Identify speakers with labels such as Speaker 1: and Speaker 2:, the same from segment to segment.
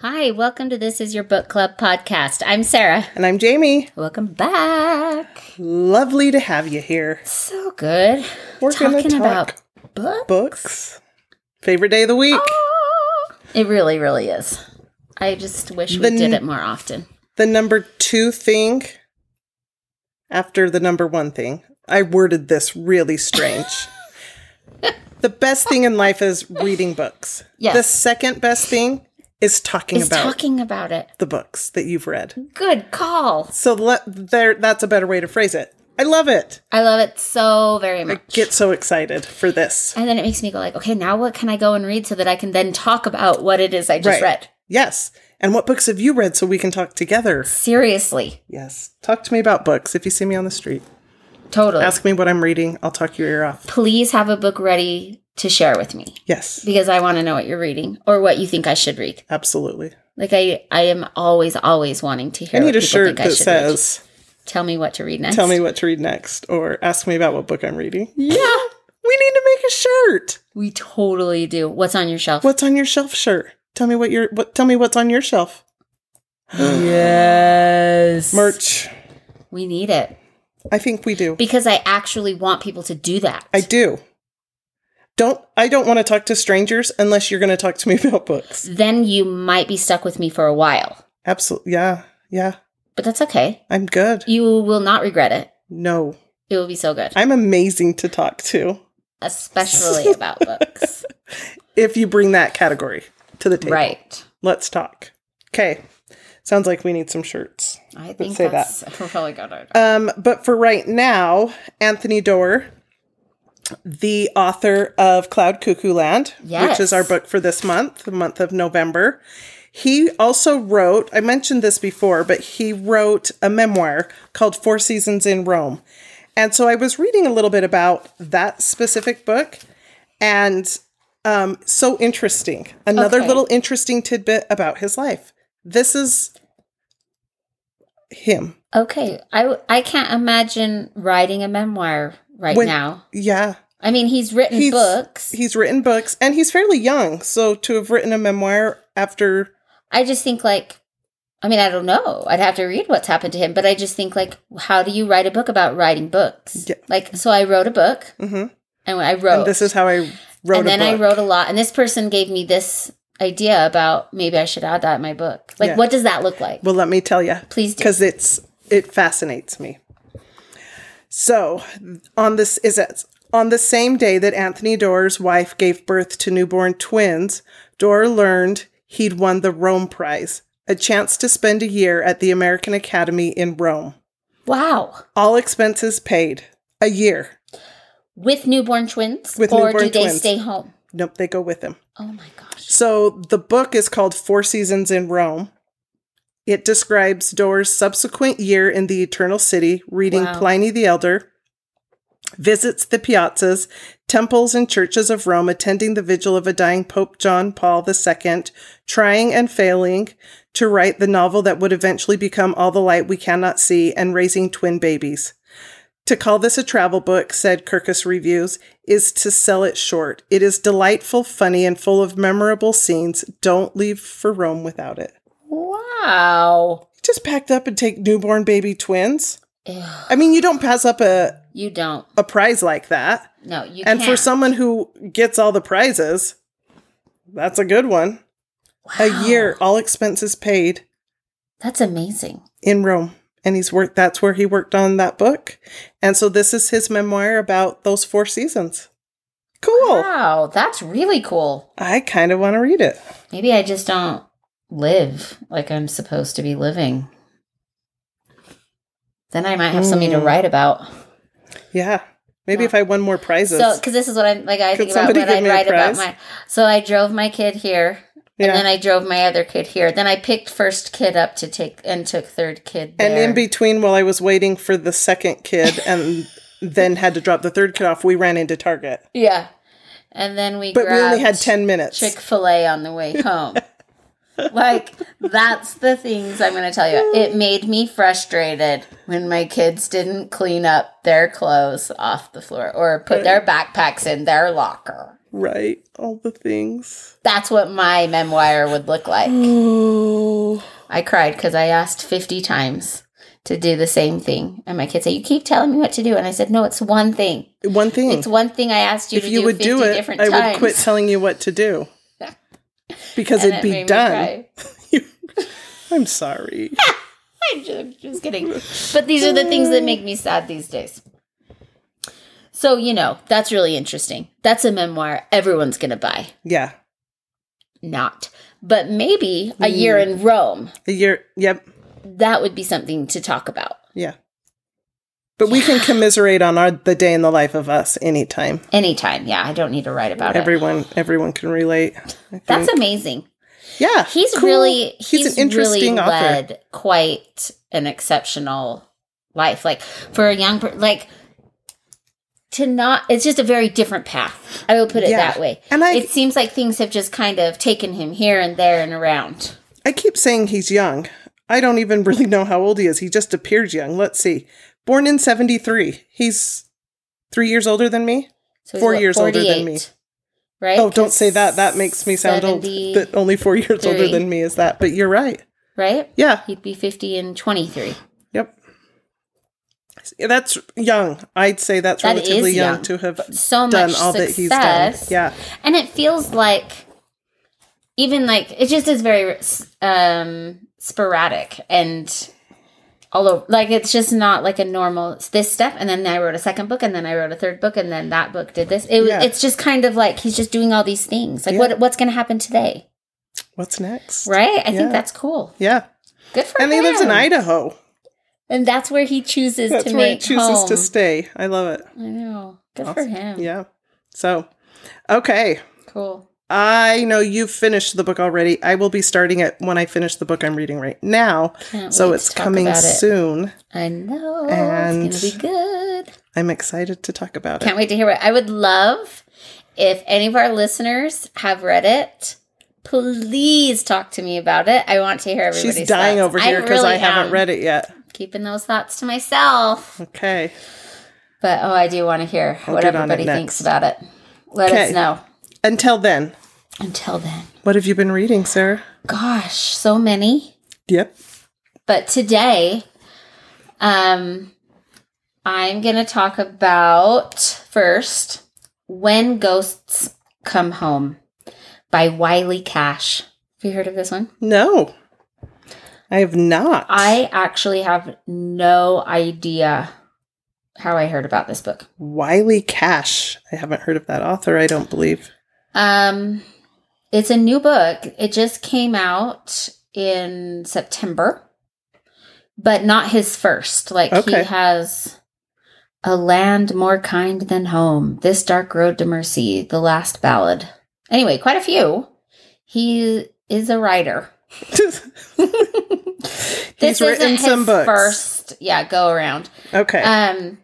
Speaker 1: Hi, welcome to This Is Your Book Club podcast. I'm Sarah.
Speaker 2: And I'm Jamie.
Speaker 1: Welcome back.
Speaker 2: Lovely to have you here.
Speaker 1: So good.
Speaker 2: We're gonna
Speaker 1: Talking
Speaker 2: talk
Speaker 1: about books.
Speaker 2: Books. Favorite day of the week.
Speaker 1: Oh. It really, really is. I just wish we
Speaker 2: The
Speaker 1: did
Speaker 2: n-
Speaker 1: it more often.
Speaker 2: The number two thing after the number one thing. I worded this really strange. the best thing in life is reading books.
Speaker 1: Yes.
Speaker 2: The second best thing is talking
Speaker 1: Is
Speaker 2: about
Speaker 1: talking about it.
Speaker 2: the books that you've read.
Speaker 1: Good call.
Speaker 2: So let, there that's a better way to phrase it. I love it.
Speaker 1: I love it so very much.
Speaker 2: Get so excited for this.
Speaker 1: and then it makes me go like, okay, now what can I go and read so that I can then talk about what it is I just
Speaker 2: Right.
Speaker 1: read?
Speaker 2: Yes. And what books have you read so we can talk together?
Speaker 1: Seriously.
Speaker 2: Yes. Talk to me about books if you see me on the street.
Speaker 1: Totally.
Speaker 2: Ask me what I'm reading. I'll talk your ear off.
Speaker 1: Please have a book ready to share with me
Speaker 2: Yes.
Speaker 1: because I want to know what you're reading or what you think I should read.
Speaker 2: Absolutely.
Speaker 1: Like I, I am always, always wanting to hear.
Speaker 2: I
Speaker 1: what
Speaker 2: need a
Speaker 1: people
Speaker 2: shirt
Speaker 1: think I
Speaker 2: that
Speaker 1: should read.
Speaker 2: says,
Speaker 1: "Tell me what to read next."
Speaker 2: Tell me what to read next, or ask me about what book I'm reading. We need
Speaker 1: Yeah,
Speaker 2: to make a shirt.
Speaker 1: we totally do. What's on your shelf?
Speaker 2: What's on your shelf shirt? Tell me what your what tell me what's on your shelf. yes. Merch.
Speaker 1: We need it
Speaker 2: I think we do.
Speaker 1: because I actually want people to do that.
Speaker 2: I do. Don't I don't want to talk to strangers unless you're gonna talk to me about books.
Speaker 1: then you might be stuck with me for a while,
Speaker 2: Absolutely yeah, yeah.
Speaker 1: but that's okay.
Speaker 2: I'm good.
Speaker 1: You will not regret it.
Speaker 2: No.
Speaker 1: It will be so good,
Speaker 2: I'm amazing to talk to.
Speaker 1: especially about books.
Speaker 2: if you bring that category to the table.
Speaker 1: Right.
Speaker 2: Let's talk. Okay. Sounds like we need some shirts.
Speaker 1: I think
Speaker 2: say
Speaker 1: that's a really good idea.
Speaker 2: Um, but for right now, Anthony Doerr, the author of Cloud Cuckoo Land,
Speaker 1: Yes.
Speaker 2: which is our book for this month, the month of November, he also wrote, I mentioned this before, but he wrote a memoir called Four Seasons in Rome. And so I was reading a little bit about that specific book and um, so interesting. Another
Speaker 1: Okay.
Speaker 2: little interesting tidbit about his life. This is him.
Speaker 1: Okay, I I can't imagine writing a memoir right
Speaker 2: When-
Speaker 1: now.
Speaker 2: Yeah.
Speaker 1: I mean, he's written
Speaker 2: He's-
Speaker 1: books.
Speaker 2: He's written books and he's fairly young. So to have written a memoir after,
Speaker 1: I just think like I mean, I don't know. I'd have to read what's happened to him, but I just think like how do you write a book about writing books?
Speaker 2: Yeah.
Speaker 1: Like so I wrote a book
Speaker 2: Mhm.
Speaker 1: and I wrote
Speaker 2: and this is how I wrote
Speaker 1: and
Speaker 2: a
Speaker 1: then
Speaker 2: book.
Speaker 1: I wrote a lot and this person gave me this idea about maybe I should add that in my book. Like
Speaker 2: Yeah.
Speaker 1: what does that look like?
Speaker 2: well, let me tell you.
Speaker 1: Please do.
Speaker 2: Because it's, it fascinates me. So on this is it. On the same day that Anthony Doerr's wife gave birth to newborn twins, Doerr learned he'd won the Rome Prize, a chance to spend a year at the American Academy in Rome.
Speaker 1: Wow.
Speaker 2: All expenses paid. A year.
Speaker 1: With newborn twins
Speaker 2: With
Speaker 1: or
Speaker 2: newborn
Speaker 1: do they
Speaker 2: twins.
Speaker 1: stay home?
Speaker 2: Nope, they go with him.
Speaker 1: Oh my gosh.
Speaker 2: So the book is called Four Seasons in Rome. It describes Doerr's subsequent year in the Eternal City, reading
Speaker 1: Wow.
Speaker 2: Pliny the Elder, visits the piazzas, temples, and churches of Rome, attending the vigil of a dying Pope John Paul II, trying and failing to write the novel that would eventually become All the Light We Cannot See, and raising twin babies. To call this a travel book, said Kirkus Reviews, is to sell it short. It is delightful, funny, and full of memorable scenes. Don't leave for Rome without it.
Speaker 1: Wow.
Speaker 2: Just packed up and take newborn baby twins.
Speaker 1: Ew,
Speaker 2: I mean, you don't pass up a,
Speaker 1: you don't.
Speaker 2: a prize like that.
Speaker 1: No, you
Speaker 2: and
Speaker 1: can't.
Speaker 2: for someone who gets all the prizes, that's a good one.
Speaker 1: Wow.
Speaker 2: A year, all expenses paid
Speaker 1: That's amazing.
Speaker 2: in Rome. And he's worked, that's where he worked on that book. And so this is his memoir about those four seasons. Cool.
Speaker 1: Wow, that's really cool.
Speaker 2: I kind of want to read it.
Speaker 1: Maybe I just don't live like I'm supposed to be living. Then I might have something to
Speaker 2: Hmm.
Speaker 1: write about.
Speaker 2: Yeah. Maybe
Speaker 1: Yeah.
Speaker 2: if I won more prizes.
Speaker 1: So, because this is what I'm like, I
Speaker 2: Could
Speaker 1: think about
Speaker 2: somebody
Speaker 1: what
Speaker 2: give
Speaker 1: I'd
Speaker 2: me a
Speaker 1: write about
Speaker 2: prize?
Speaker 1: my. So I drove my kid here,
Speaker 2: yeah.
Speaker 1: and then I drove my other kid here. Then I picked first kid up to take and took third kid. There.
Speaker 2: and in between, while I was waiting for the second kid and then had to drop the third kid off, we ran into Target.
Speaker 1: yeah, and then we.
Speaker 2: But we only had
Speaker 1: grabbed
Speaker 2: 10 minutes.
Speaker 1: Chick fil A on the way home. like, that's the things I'm going to tell you. It made me frustrated when my kids didn't clean up their clothes off the floor or put their backpacks in their locker.
Speaker 2: Right? All the things.
Speaker 1: That's what my memoir would look like.
Speaker 2: Oh.
Speaker 1: I cried because I asked 50 times to do the same thing. And my kids say, You keep telling me what to do. And I said, No, it's one thing.
Speaker 2: One thing.
Speaker 1: It's one thing I asked you
Speaker 2: if
Speaker 1: to
Speaker 2: you
Speaker 1: do
Speaker 2: would
Speaker 1: 50
Speaker 2: do it,
Speaker 1: different
Speaker 2: I
Speaker 1: times.
Speaker 2: would quit telling you what to do because
Speaker 1: And
Speaker 2: it'd
Speaker 1: it made
Speaker 2: be
Speaker 1: me
Speaker 2: done.
Speaker 1: cry.
Speaker 2: I'm sorry.
Speaker 1: I'm just, just kidding. But these are the things that make me sad these days. So, you know, that's really interesting. That's a memoir everyone's going to buy.
Speaker 2: yeah.
Speaker 1: Not. But maybe a year in Rome.
Speaker 2: A year. Yep.
Speaker 1: That would be something to talk about.
Speaker 2: Yeah. But we can commiserate on our the day in the life of us anytime.
Speaker 1: Anytime. Yeah, I don't need to write about it.
Speaker 2: Everyone, everyone can relate. I
Speaker 1: That's
Speaker 2: think.
Speaker 1: amazing.
Speaker 2: yeah.
Speaker 1: He's
Speaker 2: cool.
Speaker 1: really he's, really
Speaker 2: author.
Speaker 1: led quite an exceptional life. Like for a young per- like to not it's just a very different path. I will put it
Speaker 2: Yeah.
Speaker 1: that way.
Speaker 2: And I-
Speaker 1: it seems like things have just kind of taken him here and there and around.
Speaker 2: I keep saying he's young. I don't even really know how old he is. He just appears young. Let's see. Born in 73. He's three years older than me.
Speaker 1: So he's,
Speaker 2: Four years older than
Speaker 1: 48,
Speaker 2: me.
Speaker 1: Right?
Speaker 2: Oh, don't say that. That makes me sound old.
Speaker 1: 70
Speaker 2: That only four years older
Speaker 1: three.
Speaker 2: than me is that. But you're right.
Speaker 1: right?
Speaker 2: Yeah.
Speaker 1: He'd be 50 and 23.
Speaker 2: Yep. That's young. I'd say that's
Speaker 1: That
Speaker 2: relatively
Speaker 1: is
Speaker 2: young,
Speaker 1: young.
Speaker 2: to have
Speaker 1: So much
Speaker 2: done all
Speaker 1: success.
Speaker 2: that he's done. Yeah.
Speaker 1: and it feels like even like it just is very um sporadic and all over like it's just not like a normal it's this step and then i wrote a second book and then i wrote a third book and then that book did this it was
Speaker 2: Yeah.
Speaker 1: it's just kind of like he's just doing all these things like
Speaker 2: Yeah.
Speaker 1: what what's gonna happen today
Speaker 2: What's next?
Speaker 1: right i
Speaker 2: Yeah.
Speaker 1: think that's cool
Speaker 2: Yeah.
Speaker 1: good for him
Speaker 2: And he lives in Idaho.
Speaker 1: and that's where he chooses
Speaker 2: That's
Speaker 1: to
Speaker 2: where he
Speaker 1: make
Speaker 2: chooses
Speaker 1: home.
Speaker 2: to stay. I love it.
Speaker 1: i know good for
Speaker 2: Awesome.
Speaker 1: him
Speaker 2: Yeah. So, okay.
Speaker 1: cool
Speaker 2: I know you've finished the book already. I will be starting it when I finish the book I'm reading right now.
Speaker 1: Can't
Speaker 2: so
Speaker 1: wait
Speaker 2: it's
Speaker 1: to talk
Speaker 2: coming
Speaker 1: about it.
Speaker 2: soon.
Speaker 1: i know
Speaker 2: And-
Speaker 1: it's gonna be good
Speaker 2: I'm excited to talk about
Speaker 1: Can't wait to hear it. I would love if any of our listeners have read it. Please talk to me about it. I want to hear
Speaker 2: it.
Speaker 1: everybody's
Speaker 2: She's dying
Speaker 1: thoughts.
Speaker 2: over here because I,
Speaker 1: really
Speaker 2: haven't
Speaker 1: am.
Speaker 2: read it yet.
Speaker 1: Keeping those thoughts to myself,
Speaker 2: Okay.
Speaker 1: but oh, I do want to hear what
Speaker 2: get on it
Speaker 1: everybody
Speaker 2: next.
Speaker 1: thinks about it. Let
Speaker 2: Okay.
Speaker 1: us know.
Speaker 2: Until then,
Speaker 1: Until then,
Speaker 2: what have you been reading, Sarah?
Speaker 1: gosh, so many.
Speaker 2: Yep.
Speaker 1: But today, um, I'm gonna talk about first when ghosts come home by Wiley Cash. Have you heard of this one?
Speaker 2: No, I have not.
Speaker 1: I actually have no idea how I heard about this book.
Speaker 2: Wiley Cash. I haven't heard of that author. I don't believe.
Speaker 1: Um, it's a new book. It just came out in September, but not his first. Like
Speaker 2: Okay.
Speaker 1: he has a land more kind than home. This dark road to mercy. The last ballad. Anyway, quite a few. He is a writer.
Speaker 2: He's
Speaker 1: This
Speaker 2: written
Speaker 1: isn't
Speaker 2: some
Speaker 1: his
Speaker 2: books.
Speaker 1: First, yeah, go around.
Speaker 2: Okay.
Speaker 1: Um,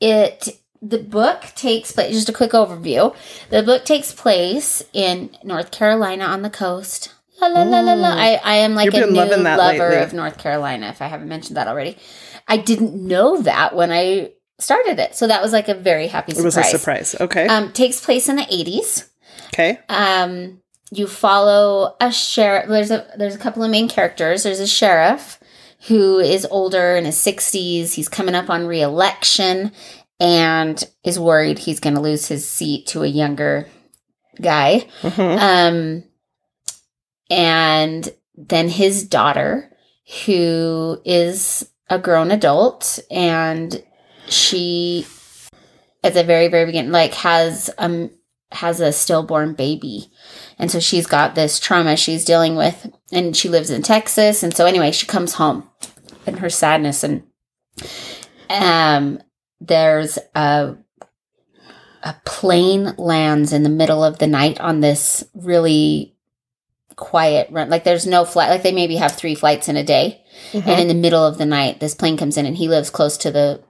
Speaker 1: it the book takes place. Just a quick overview. The book takes place in North Carolina on the coast. La, la, la, la, la.
Speaker 2: Mm.
Speaker 1: I, I am like
Speaker 2: You've
Speaker 1: a
Speaker 2: been
Speaker 1: new
Speaker 2: loving that
Speaker 1: lover
Speaker 2: lately.
Speaker 1: of North Carolina. If I haven't mentioned that already, I didn't know that when I started it. So that was like a very happy
Speaker 2: it was
Speaker 1: surprise.
Speaker 2: a surprise. Okay.
Speaker 1: Um, takes place in the eighties
Speaker 2: okay.
Speaker 1: um you follow a sheriff there's a there's a couple of main characters there's a sheriff who is older in his 60s he's coming up on reelection and is worried he's going to lose his seat to a younger guy
Speaker 2: Mhm.
Speaker 1: um, and then his daughter, who is a grown adult, and she, at the very very beginning, like has um has a stillborn baby, and so she's got this trauma she's dealing with, and she lives in Texas, and so anyway, she comes home, and her sadness, and um, there's a a plane lands in the middle of the night on this really quiet run. Like there's no flight. Like they maybe have three flights in a day,
Speaker 2: Mhm.
Speaker 1: and in the middle of the night, this plane comes in, and he lives close to the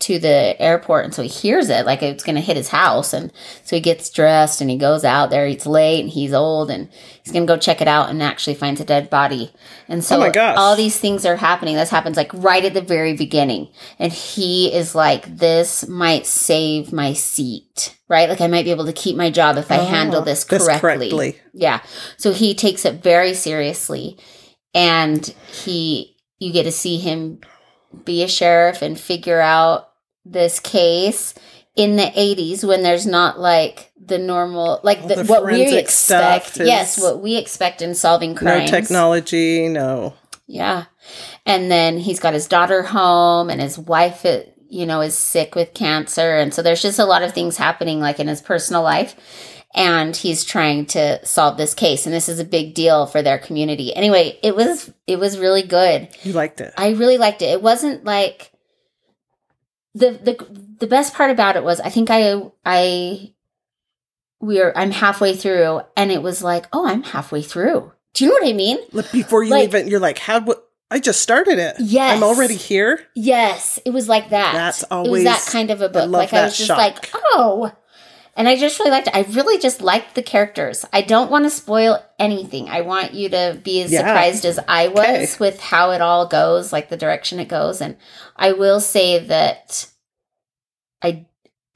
Speaker 1: to the airport and so he hears it like it's going to hit his house and so he gets dressed and he goes out there it's late and he's old and he's going to go check it out and actually finds a dead body and so
Speaker 2: Oh my gosh.
Speaker 1: all these things are happening this happens like right at the very beginning and he is like this might save my seat right like i might be able to keep my job if i handle
Speaker 2: Oh,
Speaker 1: this correctly. yeah so he takes it very seriously and he you get to see him be a sheriff and figure out this case in the 80s when there's not like the normal like
Speaker 2: All
Speaker 1: the,
Speaker 2: the
Speaker 1: what we
Speaker 2: forensic
Speaker 1: expect
Speaker 2: stuff is-
Speaker 1: yes what we expect in solving crimes
Speaker 2: No technology, no.
Speaker 1: yeah. And then he's got his daughter home and his wife, uh, you know, is sick with cancer. And so there's just a lot of things happening like in his personal life. And he's trying to solve this case. And this is a big deal for their community. Anyway, it was, it was really good.
Speaker 2: You liked it.
Speaker 1: I really liked it. It wasn't like the the the best part about it was I think I I we are I'm halfway through and it was like, "Oh, I'm halfway through." Do you know what I mean?
Speaker 2: Like, Before you
Speaker 1: like-
Speaker 2: even, you're like, how? W- I just started it.
Speaker 1: Yes.
Speaker 2: I'm already here.
Speaker 1: Yes, it was like that.
Speaker 2: That's
Speaker 1: it was
Speaker 2: always-
Speaker 1: that kind of a book.
Speaker 2: love
Speaker 1: like I
Speaker 2: that
Speaker 1: was just
Speaker 2: shock.
Speaker 1: like, oh. And I just really liked it. I really just liked the characters. I don't want to spoil anything. I want you to be as
Speaker 2: Yeah.
Speaker 1: surprised as I was
Speaker 2: Okay.
Speaker 1: with how it all goes, like the direction it goes. And I will say that I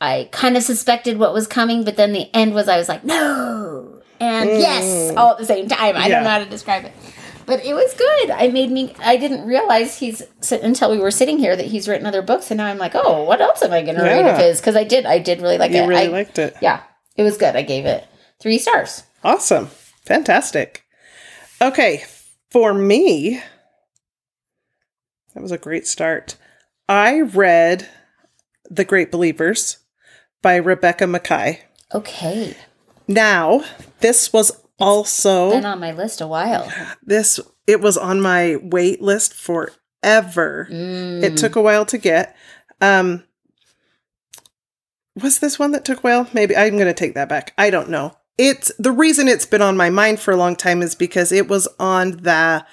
Speaker 1: I kind of suspected what was coming, but then the end was I was like, no. And yes,
Speaker 2: Mm.
Speaker 1: all at the same time. I
Speaker 2: Yeah.
Speaker 1: don't know how to describe it. But it was good. I made me. I didn't realize he's until we were sitting here that he's written other books, and now I'm like, oh, what else am I going to read of
Speaker 2: Yeah.
Speaker 1: his? Because I did. I did really like
Speaker 2: You
Speaker 1: it.
Speaker 2: really
Speaker 1: I,
Speaker 2: liked it.
Speaker 1: yeah, it was good. I gave it three stars.
Speaker 2: Awesome. Fantastic. Okay. For me, that was a great start. I read The Great Believers by Rebecca Mackay.
Speaker 1: Okay,
Speaker 2: Now, this was also
Speaker 1: been on my list a while.
Speaker 2: this it was on my wait list forever.
Speaker 1: Mm.
Speaker 2: It took a while to get. Um was this one that took a while? Maybe I'm going to take that back. I don't know. It's the reason it's been on my mind for a long time is because it was on the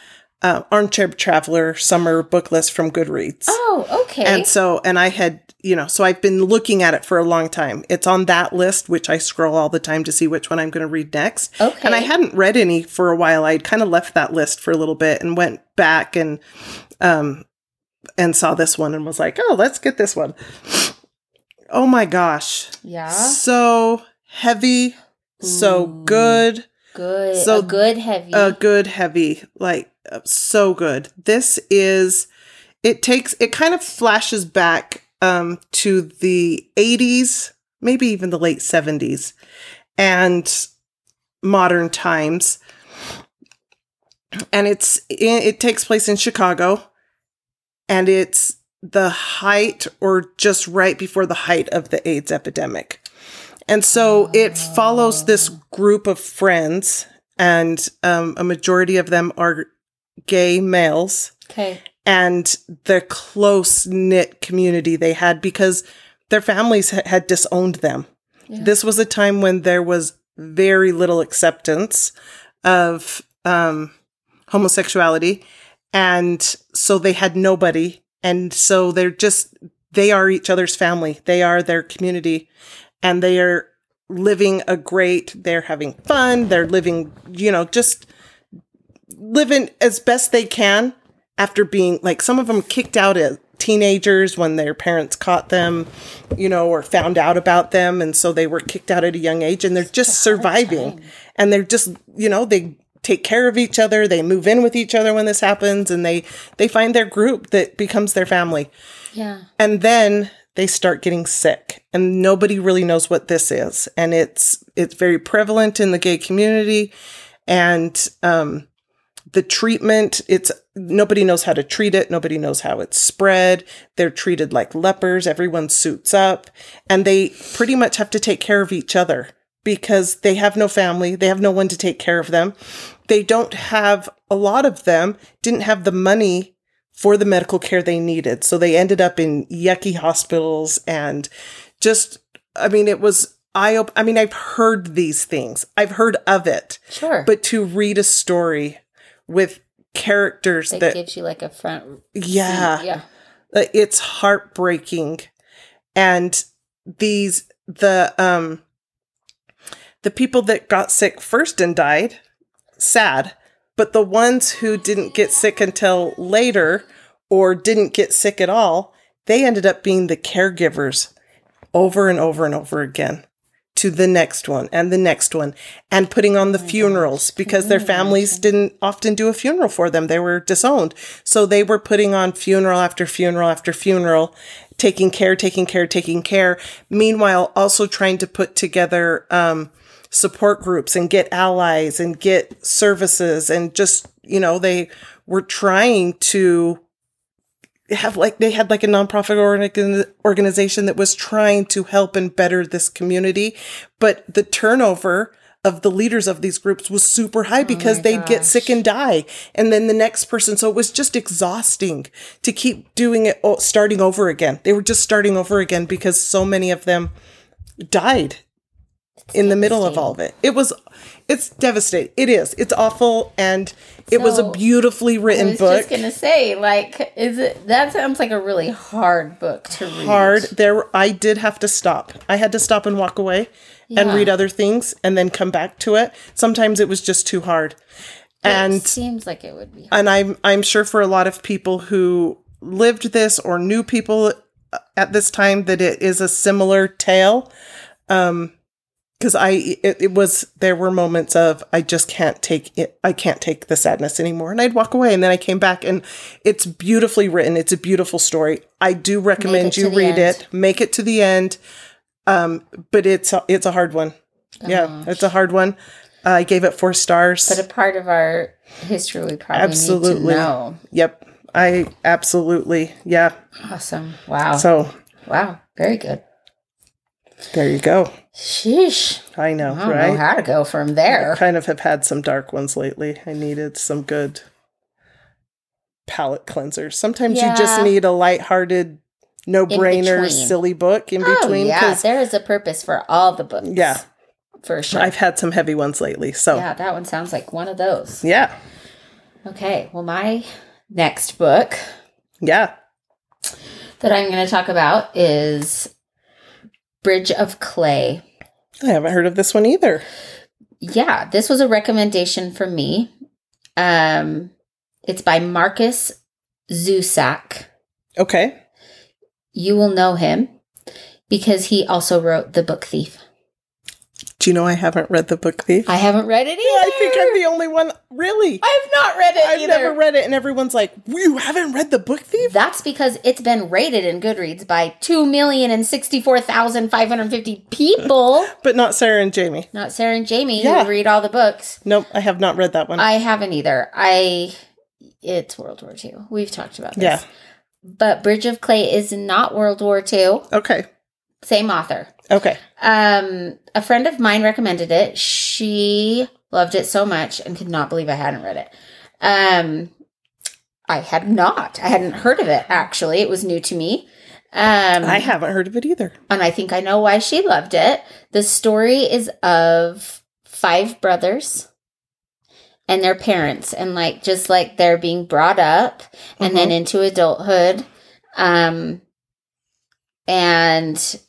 Speaker 2: uh, Armchair Traveler summer book list from Goodreads.
Speaker 1: Oh, okay.
Speaker 2: And so, and I had, you know, so I've been looking at it for a long time. It's on that list, which I scroll all the time to see which one I'm going to read next.
Speaker 1: Okay.
Speaker 2: And I hadn't read any for a while. I'd kind of left that list for a little bit and went back and, um, and saw this one and was like, oh, let's get this one. Oh my gosh.
Speaker 1: yeah,
Speaker 2: So heavy, so
Speaker 1: Ooh.
Speaker 2: good
Speaker 1: good. So
Speaker 2: So-
Speaker 1: good heavy.
Speaker 2: a good heavy like uh, so good this is it takes it kind of flashes back um to the 80s maybe even the late 70s and modern times and it's it, it takes place in chicago and it's the height or just right before the height of the aids epidemic and so it follows this group of friends and um, a majority of them are gay males
Speaker 1: okay.
Speaker 2: and the close knit community they had because their families ha- had disowned them.
Speaker 1: Yeah.
Speaker 2: This was a time when there was very little acceptance of um, homosexuality. And so they had nobody. And so they're just, they are each other's family, they are their community, and they are living a great, they're having fun, they're living, you know, just living as best they can after being like some of them kicked out as teenagers when their parents caught them, you know, or found out about them. And so they were kicked out at a young age and they're just surviving. And they're just, you know, they take care of each other. They move in with each other when this happens and they, they find their group that becomes their family.
Speaker 1: Yeah.
Speaker 2: And then they start getting sick and nobody really knows what this is. And it's, it's very prevalent in the gay community and, um, the treatment it's nobody knows how to treat it nobody knows how it's spread they're treated like lepers everyone suits up and they pretty much have to take care of each other because they have no family they have no one to take care of them they don't have a lot of them didn't have the money for the medical care they needed so they ended up in yucky hospitals and just i mean it was i i mean i've heard these things i've heard of it
Speaker 1: Sure.
Speaker 2: but to read a story with characters
Speaker 1: it
Speaker 2: that
Speaker 1: gives you like a front.
Speaker 2: yeah,
Speaker 1: Yeah.
Speaker 2: like, it's heartbreaking and these the um the people that got sick first and died sad but the ones who didn't get sick until later or didn't get sick at all they ended up being the caregivers over and over and over again to the next one and the next one and putting on the funerals because their families didn't often do a funeral for them they were disowned so they were putting on funeral after funeral after funeral taking care taking care taking care meanwhile also trying to put together um, support groups and get allies and get services and just you know they were trying to have like they had like a nonprofit organ- organization that was trying to help and better this community but the turnover of the leaders of these groups was super high
Speaker 1: Oh
Speaker 2: because they'd get sick and die and then the next person so it was just exhausting to keep doing it o- starting over again they were just starting over again because so many of them died in the middle of all of it it was it's devastating it is it's awful and it was a
Speaker 1: So,
Speaker 2: beautifully
Speaker 1: I
Speaker 2: written
Speaker 1: was
Speaker 2: book
Speaker 1: just gonna say, like, is it that sounds like a really hard book to read?
Speaker 2: hard there i did have to stop i had to stop and walk away and
Speaker 1: Yeah.
Speaker 2: read other things and then come back to it sometimes it was just too hard
Speaker 1: It
Speaker 2: and
Speaker 1: seems like it would be.
Speaker 2: and i'm i'm sure for a lot of people who lived this or knew people uh, at this time that it is a similar tale um because i it, it was there were moments of i just can't take it i can't take the sadness anymore and i'd walk away and then i came back and it's beautifully written it's a beautiful story i do recommend
Speaker 1: to
Speaker 2: you
Speaker 1: the
Speaker 2: read
Speaker 1: end.
Speaker 2: it make it to the end um but it's a, it's a hard one yeah it's a hard one i gave it four stars
Speaker 1: But Uh-huh. a part of our history we probably need
Speaker 2: Absolutely.
Speaker 1: to know.
Speaker 2: Yep. I absolutely. Yeah.
Speaker 1: Awesome. Wow.
Speaker 2: So
Speaker 1: wow. Very good.
Speaker 2: there you go.
Speaker 1: Sheesh.
Speaker 2: I know,
Speaker 1: I don't know
Speaker 2: right?
Speaker 1: how to go from there.
Speaker 2: kind of have had some dark ones lately. I needed some good palate cleansers. Sometimes you just
Speaker 1: Yeah.
Speaker 2: need a lighthearted, no brainer,
Speaker 1: between.
Speaker 2: silly book in
Speaker 1: Oh
Speaker 2: between.
Speaker 1: yeah,
Speaker 2: 'cause-
Speaker 1: there is a purpose for all the books.
Speaker 2: Yeah.
Speaker 1: for sure.
Speaker 2: I've had some heavy ones lately. So yeah.
Speaker 1: yeah, that one sounds like one of those.
Speaker 2: Yeah.
Speaker 1: Okay, well, my next book that I'm going to talk about is Bridge of Clay.
Speaker 2: I haven't heard of this one either.
Speaker 1: Yeah, this was a recommendation from me. Um, it's by Marcus Zusak.
Speaker 2: Okay.
Speaker 1: You will know him because he also wrote The Book Thief.
Speaker 2: Do you know I haven't read the book Thief?
Speaker 1: I haven't read it either.
Speaker 2: I think I'm the only one really.
Speaker 1: I've not read it
Speaker 2: I've
Speaker 1: either.
Speaker 2: never read it and everyone's like, You haven't read the book thief?
Speaker 1: That's because it's been rated in Goodreads by 2,064,550 people.
Speaker 2: But not Sarah and Jamie.
Speaker 1: Not Sarah and Jamie
Speaker 2: Yeah.
Speaker 1: who read all the books.
Speaker 2: Nope, I have not read that one.
Speaker 1: I haven't either. I it's World War II. We've talked about this.
Speaker 2: Yeah.
Speaker 1: But Bridge of Clay is not World War II.
Speaker 2: okay.
Speaker 1: Same author.
Speaker 2: Okay.
Speaker 1: Um, a friend of mine recommended it. She loved it so much and could not believe I hadn't read it. Um, I had not. I hadn't heard of it actually. It was new to me. Um,
Speaker 2: I haven't heard of it either.
Speaker 1: and I think I know why she loved it. The story is of five brothers and their parents, and like just like they're being brought up and then into adulthood. Um, and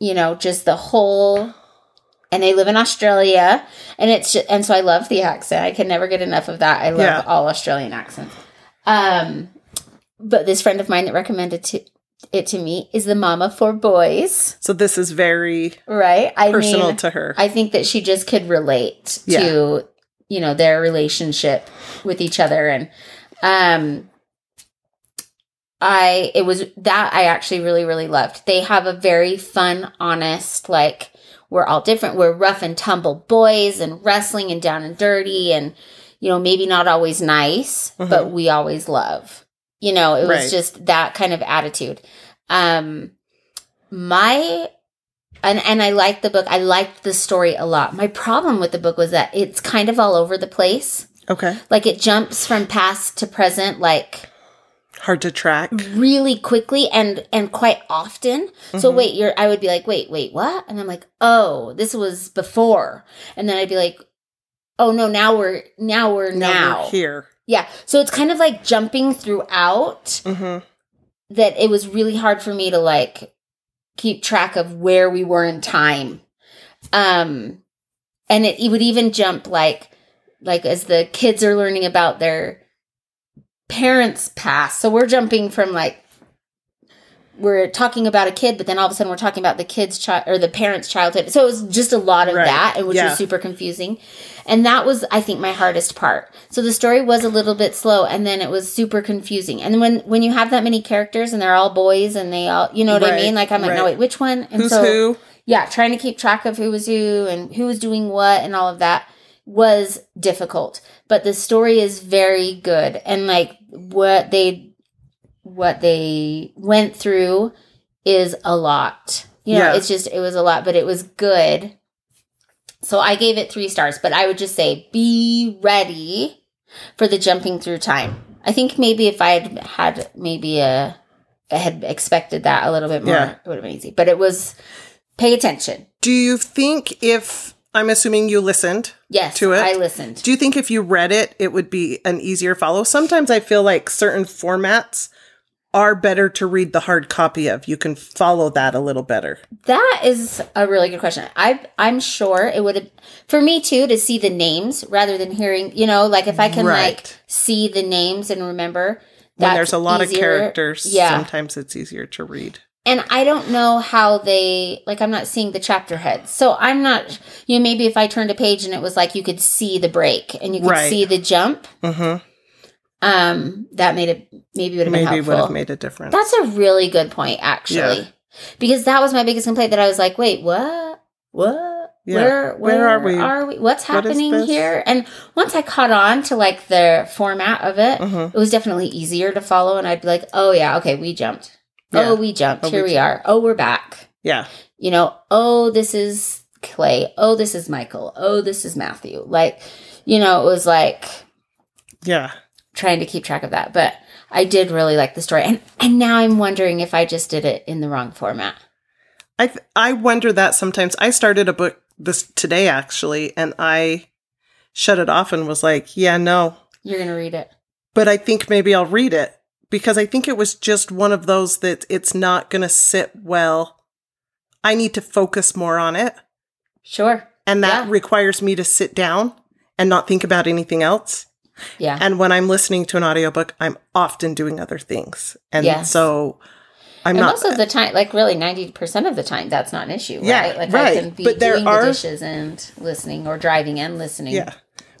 Speaker 1: you know, just the whole and they live in Australia and it's just, and so I love the accent. I can never get enough of that. I love
Speaker 2: Yeah.
Speaker 1: all Australian accents. Um but this friend of mine that recommended to, it to me is the mama for boys,
Speaker 2: So this is very
Speaker 1: right? I
Speaker 2: personal
Speaker 1: mean,
Speaker 2: to her.
Speaker 1: I think that she just could relate
Speaker 2: Yeah.
Speaker 1: to you know their relationship with each other and um I it was that I actually really really loved. They have a very fun, honest like we're all different. We're rough and tumble boys and wrestling and down and dirty and you know maybe not always nice, but
Speaker 2: Mhm.
Speaker 1: we always love. You know, it was
Speaker 2: Right.
Speaker 1: just that kind of attitude. Um my and and I liked the book. I liked the story a lot. My problem with the book was that it's kind of all over the place.
Speaker 2: okay.
Speaker 1: Like it jumps from past to present like
Speaker 2: Hard to track.
Speaker 1: Mm-hmm. really quickly and and quite often. So
Speaker 2: Mhm.
Speaker 1: wait, you're I would be like, "Wait, wait, what?" And I'm like, "Oh, this was before." And then I'd be like, "Oh no, now we're now we're now."
Speaker 2: we're here.
Speaker 1: yeah. So it's kind of like jumping throughout
Speaker 2: hmm
Speaker 1: that it was really hard for me to like keep track of where we were in time. Um, and it, it would even jump like, like as the kids are learning about their parents' past. So we're jumping from like we're talking about a kid, but then all of a sudden we're talking about the kid's child or the parents' childhood. So it was just a lot of
Speaker 2: Right.
Speaker 1: that, and which
Speaker 2: Yeah.
Speaker 1: was super confusing. And that was, I think, my hardest part. So the story was a little bit slow, and then it was super confusing. And when when you have that many characters and they're all boys and they all, you know what I
Speaker 2: Right,
Speaker 1: mean? Like I'm like, no
Speaker 2: right.
Speaker 1: wait, which one? And
Speaker 2: Who's who?
Speaker 1: yeah, trying to keep track of who was who and who was doing what and all of that was difficult. But the story is very good and like what they what they went through is a lot. You know,
Speaker 2: Yeah.
Speaker 1: it's just it was a lot, but it was good. So I gave it 3 stars, but I would just say be ready for the jumping through time. I think maybe if I had had maybe a I had expected that a little bit more,
Speaker 2: Yeah.
Speaker 1: it would have been easy. But it was pay attention.
Speaker 2: Do you think if I'm assuming you listened?
Speaker 1: Yes,
Speaker 2: To it?
Speaker 1: I listened.
Speaker 2: Do you think if you read it, it would be an easier follow? Sometimes I feel like certain formats are better to read the hard copy of. You can follow that a little better.
Speaker 1: That is a really good question. I I'm sure it would have for me too to see the names rather than hearing. You know, like if I can like
Speaker 2: Right.
Speaker 1: see the names and remember.
Speaker 2: When
Speaker 1: that's
Speaker 2: there's a lot of
Speaker 1: easier.
Speaker 2: characters,
Speaker 1: Yeah,
Speaker 2: sometimes it's easier to read.
Speaker 1: and I don't know how they like. I'm not seeing the chapter heads, so I'm not. You know, maybe if I turned a page and it was like you could see the break and you could
Speaker 2: Right.
Speaker 1: see the jump,
Speaker 2: hmm
Speaker 1: um, that made it maybe would have been
Speaker 2: Maybe
Speaker 1: helpful.
Speaker 2: would have made a difference.
Speaker 1: That's a really good point, actually.
Speaker 2: Yeah.
Speaker 1: Because that was my biggest complaint that I was like, wait, what? What?
Speaker 2: Yeah.
Speaker 1: Where, where
Speaker 2: Where are we?
Speaker 1: Are we? What's
Speaker 2: What is
Speaker 1: happening
Speaker 2: this?
Speaker 1: here? And once I caught on to like the format of it,
Speaker 2: Mhm.
Speaker 1: it was definitely easier to follow. And I'd be like, oh, yeah, okay, we jumped.
Speaker 2: Yeah.
Speaker 1: Oh, we jumped.
Speaker 2: Oh, we
Speaker 1: here we, are. Oh, we're back.
Speaker 2: yeah.
Speaker 1: You know, oh, this is Clay. Oh, this is Michael. Oh, this is Matthew. Like, you know, it was like,
Speaker 2: Yeah.
Speaker 1: trying to keep track of that, but I did really like the story. And and now I'm wondering if I just did it in the wrong format.
Speaker 2: I th- I wonder that sometimes. I started a book this today actually, and I shut it off and was like, "Yeah, no."
Speaker 1: You're gonna read it.
Speaker 2: But I think maybe I'll read it because I think it was just one of those that it's not going to sit well. I need to focus more on it,
Speaker 1: Sure.
Speaker 2: and that
Speaker 1: Yeah.
Speaker 2: requires me to sit down and not think about anything else.
Speaker 1: Yeah.
Speaker 2: And when I'm listening to an audiobook, I'm often doing other things. And
Speaker 1: Yes.
Speaker 2: so I'm
Speaker 1: and
Speaker 2: not
Speaker 1: most of the time, like really ninety percent of the time, that's not an issue,
Speaker 2: Yeah,
Speaker 1: right? Like
Speaker 2: right.
Speaker 1: I can be
Speaker 2: But there
Speaker 1: doing
Speaker 2: are-
Speaker 1: the dishes and listening, or driving and listening.
Speaker 2: Yeah.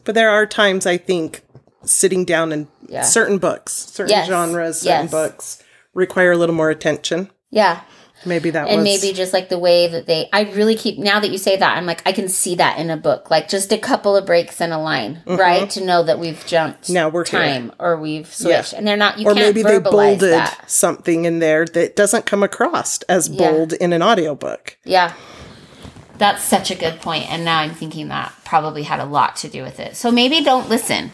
Speaker 2: But there are times I think sitting down and
Speaker 1: Yeah.
Speaker 2: certain books, certain
Speaker 1: Yes.
Speaker 2: genres, certain
Speaker 1: Yes.
Speaker 2: books require a little more attention.
Speaker 1: yeah.
Speaker 2: Maybe that
Speaker 1: And
Speaker 2: was
Speaker 1: maybe just like the way that they, I really keep now that you say that, I'm like I can see that in a book, like just a couple of breaks and a line, right, to know that we've jumped
Speaker 2: Mm-hmm. Now we're here.
Speaker 1: time or we've switched, and they're not. You
Speaker 2: or
Speaker 1: can't
Speaker 2: maybe they
Speaker 1: verbalize
Speaker 2: bolded
Speaker 1: that.
Speaker 2: something in there that doesn't come across as
Speaker 1: Yeah.
Speaker 2: bold in an audiobook.
Speaker 1: Yeah. That's such a good point, And now I'm thinking that probably had a lot to do with it. So maybe don't listen.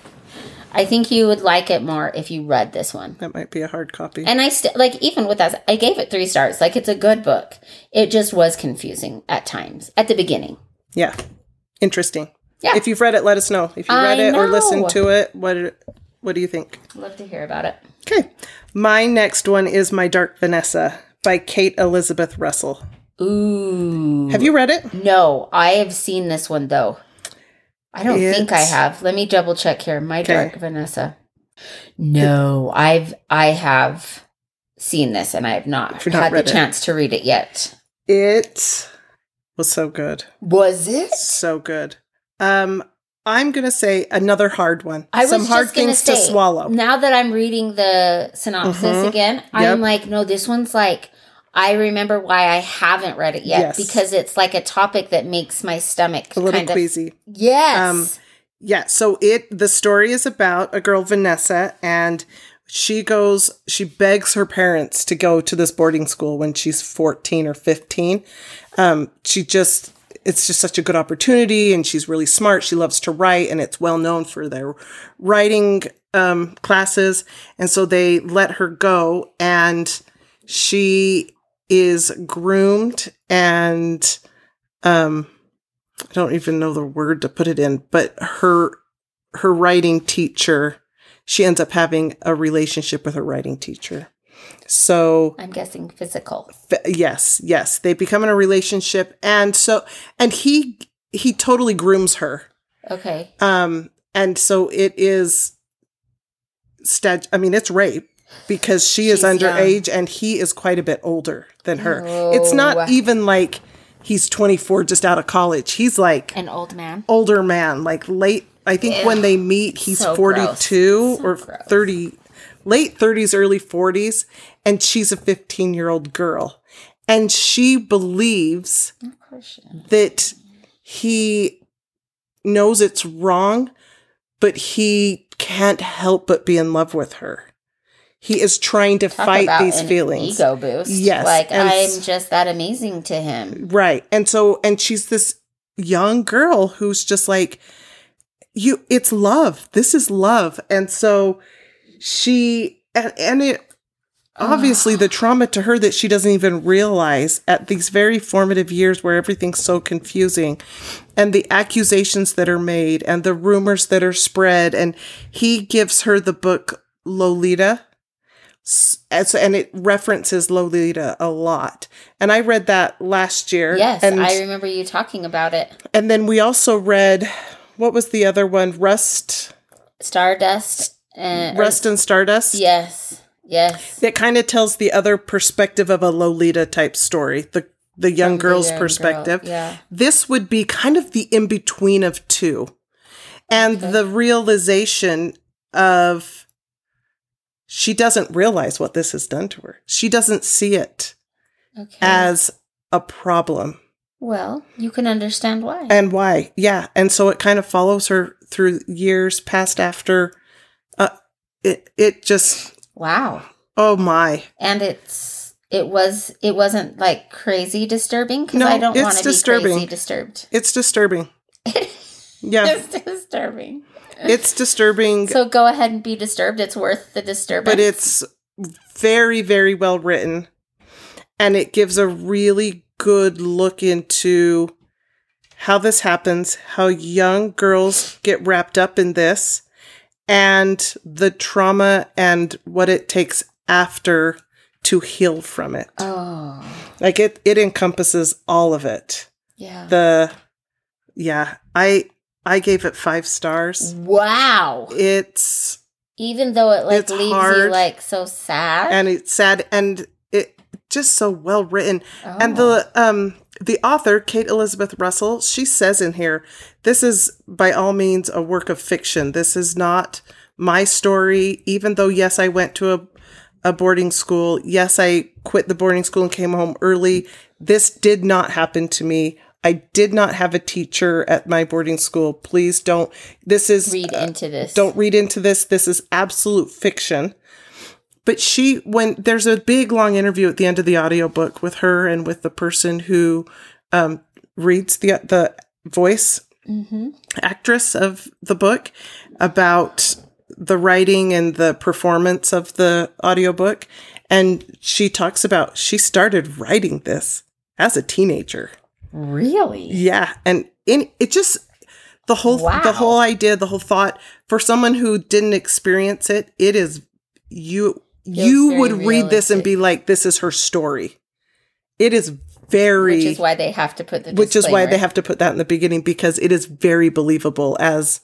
Speaker 1: I think you would like it more if you read this one.
Speaker 2: That might be a hard copy.
Speaker 1: And I still, like, even with that, I gave it three stars. Like, it's a good book. It just was confusing at times, at the beginning.
Speaker 2: yeah. Interesting.
Speaker 1: Yeah.
Speaker 2: If you've read it, let us know. If you
Speaker 1: I
Speaker 2: read it or listened
Speaker 1: know.
Speaker 2: to it, what what do you think?
Speaker 1: Love to hear about it.
Speaker 2: Okay. My next one is My Dark Vanessa by Kate Elizabeth Russell.
Speaker 1: Ooh.
Speaker 2: Have you read it?
Speaker 1: No, I have seen this one, though. I don't think I
Speaker 2: It's-
Speaker 1: have. Let me double check here. My
Speaker 2: Okay.
Speaker 1: Dark Vanessa. No, I've I have seen this and I have not
Speaker 2: You've not
Speaker 1: had the
Speaker 2: read it.
Speaker 1: chance to read it yet.
Speaker 2: It was so good.
Speaker 1: Was it?
Speaker 2: So good. Um, I'm gonna say another hard one.
Speaker 1: I was
Speaker 2: Some hard
Speaker 1: just gonna
Speaker 2: things to
Speaker 1: say,
Speaker 2: swallow.
Speaker 1: Now that I'm reading the synopsis
Speaker 2: Mhm.
Speaker 1: again,
Speaker 2: Yep.
Speaker 1: I'm like, no, this one's like I remember why I haven't read it yet
Speaker 2: Yes.
Speaker 1: because it's like a topic that makes my stomach
Speaker 2: a little
Speaker 1: kind of
Speaker 2: queasy.
Speaker 1: yes.
Speaker 2: Um, Yeah, so it the story is about a girl Vanessa and she goes she begs her parents to go to this boarding school when she's 14 or 15. Um she just it's just such a good opportunity and she's really smart. She loves to write and it's well known for their writing um classes and so they let her go and she is groomed and um I don't even know the word to put it in, but her her writing teacher, she ends up having a relationship with her writing teacher. So,
Speaker 1: I'm guessing physical.
Speaker 2: f- yes, yes, they become in a relationship and so and he he totally grooms her.
Speaker 1: Okay.
Speaker 2: Um, and so it is stat- I mean, it's rape because she is
Speaker 1: She's young.
Speaker 2: underage and he is quite a bit older than her. It's
Speaker 1: Oh.
Speaker 2: not even like he's 24 just out of college. He's like
Speaker 1: An old man.
Speaker 2: older man, like late I think when they meet he's
Speaker 1: So gross.
Speaker 2: 42
Speaker 1: So
Speaker 2: or
Speaker 1: gross.
Speaker 2: 30 late 30s early 40s and she's a 15-year-old girl. And she believes
Speaker 1: Of course she is.
Speaker 2: that he knows it's wrong, but he can't help but be in love with her. He is trying to
Speaker 1: Talk
Speaker 2: fight
Speaker 1: about
Speaker 2: these
Speaker 1: an
Speaker 2: feelings.
Speaker 1: Ego boost.
Speaker 2: Yes,
Speaker 1: Like
Speaker 2: and s-
Speaker 1: I'm just that amazing to him.
Speaker 2: Right. And so and she's this young girl who's just like you it's love. This is love. And so she and, and it obviously the trauma to her that she doesn't even realize at these very formative years where everything's so confusing and the accusations that are made and the rumors that are spread and he gives her the book lolita S- and so- and it references lolita a lot and i read that last year
Speaker 1: Yes,
Speaker 2: and
Speaker 1: I remember you talking about it.
Speaker 2: and then we also read what was the other one rust
Speaker 1: Stardust and or-
Speaker 2: rust and stardust
Speaker 1: Yes. Yes.
Speaker 2: It kind of tells the other perspective of a Lolita type story, the the young
Speaker 1: The
Speaker 2: girl's
Speaker 1: young girl,
Speaker 2: perspective.
Speaker 1: Yeah.
Speaker 2: This would be kind of the in between of two, and the realization of she doesn't realize what this has done to her. She doesn't see it
Speaker 1: Okay.
Speaker 2: as a problem
Speaker 1: well, you can understand why.
Speaker 2: and why. Yeah, and so it kind of follows her through years past after. Uh, it it just
Speaker 1: wow.
Speaker 2: oh my
Speaker 1: And it's it was it wasn't like crazy disturbing because
Speaker 2: No,
Speaker 1: I don't
Speaker 2: it's
Speaker 1: want to be
Speaker 2: disturbing.
Speaker 1: crazy disturbed.
Speaker 2: It's disturbing. yeah,
Speaker 1: It's disturbing.
Speaker 2: it's disturbing,
Speaker 1: So go ahead and be disturbed. It's worth the disturbance.
Speaker 2: but it's very, very well written. And it gives a really good look into how this happens, how young girls get wrapped up in this, and the trauma and what it takes after to heal from it.
Speaker 1: oh
Speaker 2: Like it, it encompasses all of it.
Speaker 1: yeah.
Speaker 2: The, yeah, I, I gave it five stars.
Speaker 1: wow.
Speaker 2: It's
Speaker 1: Even though it like
Speaker 2: It's
Speaker 1: leaves you
Speaker 2: hard.
Speaker 1: like so sad.
Speaker 2: and it's sad and it just so well written
Speaker 1: Oh.
Speaker 2: and the um the author kate elizabeth russell she says in here this is by all means a work of fiction this is not my story even though yes i went to a, a boarding school yes i quit the boarding school and came home early this did not happen to me i did not have a teacher at my boarding school please don't this is
Speaker 1: read into this.
Speaker 2: uh, don't read into this. This is absolute fiction. But she, when there's a big long interview at the end of the audiobook with her and with the person who um, reads the the voice
Speaker 1: hmm
Speaker 2: actress of the book about the writing and the performance of the audiobook. And she talks about she started writing this as a teenager.
Speaker 1: Really?
Speaker 2: Yeah, and in it just the whole
Speaker 1: Wow.
Speaker 2: the whole idea, the whole thought for someone who didn't experience it, it is you you
Speaker 1: very
Speaker 2: would read this and be
Speaker 1: realistic.
Speaker 2: like this is her story. It is very
Speaker 1: Which is why they have to put the
Speaker 2: which is why they
Speaker 1: disclaimer.
Speaker 2: have to put that in the beginning because it is very believable as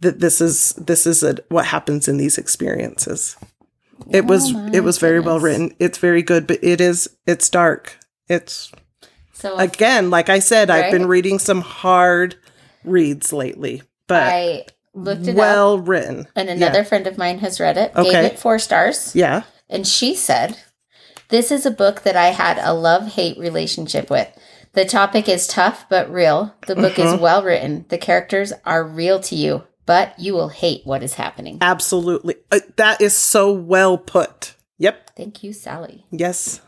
Speaker 2: that this is this is a, what happens in these experiences. It
Speaker 1: Oh
Speaker 2: was
Speaker 1: my
Speaker 2: it was very well
Speaker 1: goodness.
Speaker 2: written. It's very good, but it is it's dark. It's
Speaker 1: So if
Speaker 2: again, like I said, I've been
Speaker 1: Right.
Speaker 2: reading some hard reads lately, but
Speaker 1: I looked it up
Speaker 2: well written.
Speaker 1: and another friend of mine has read it, gave
Speaker 2: Okay.
Speaker 1: it four stars,
Speaker 2: Yeah.
Speaker 1: and she said, This is a book that I had a love hate relationship with. The topic is tough but real. The book is
Speaker 2: Uh-huh.
Speaker 1: well written. The characters are real to you, but you will hate what is happening.
Speaker 2: absolutely. Uh, that is so well put. Yep.
Speaker 1: Thank you, Sally.
Speaker 2: Yes.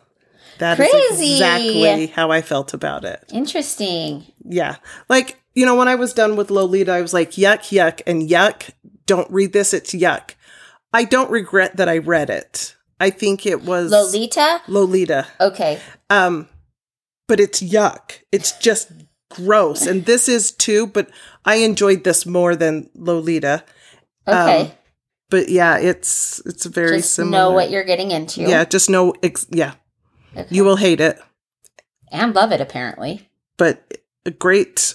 Speaker 2: that is
Speaker 1: Crazy.
Speaker 2: exactly how I felt about it.
Speaker 1: Interesting.
Speaker 2: Yeah. Like, you know, when I was done with Lolita, I was like, yuck, yuck, and yuck. Don't read this. It's yuck. I don't regret that I read it. I think it was
Speaker 1: Lolita?
Speaker 2: Lolita.
Speaker 1: Okay.
Speaker 2: Um, but it's yuck. It's just gross. And this is too, but I enjoyed this more than Lolita.
Speaker 1: Okay.
Speaker 2: Um, But yeah, it's it's very
Speaker 1: Just
Speaker 2: similar.
Speaker 1: know what you're getting into.
Speaker 2: yeah, just know. Ex- yeah,
Speaker 1: Okay.
Speaker 2: you will hate it,
Speaker 1: and love it apparently.
Speaker 2: but a great.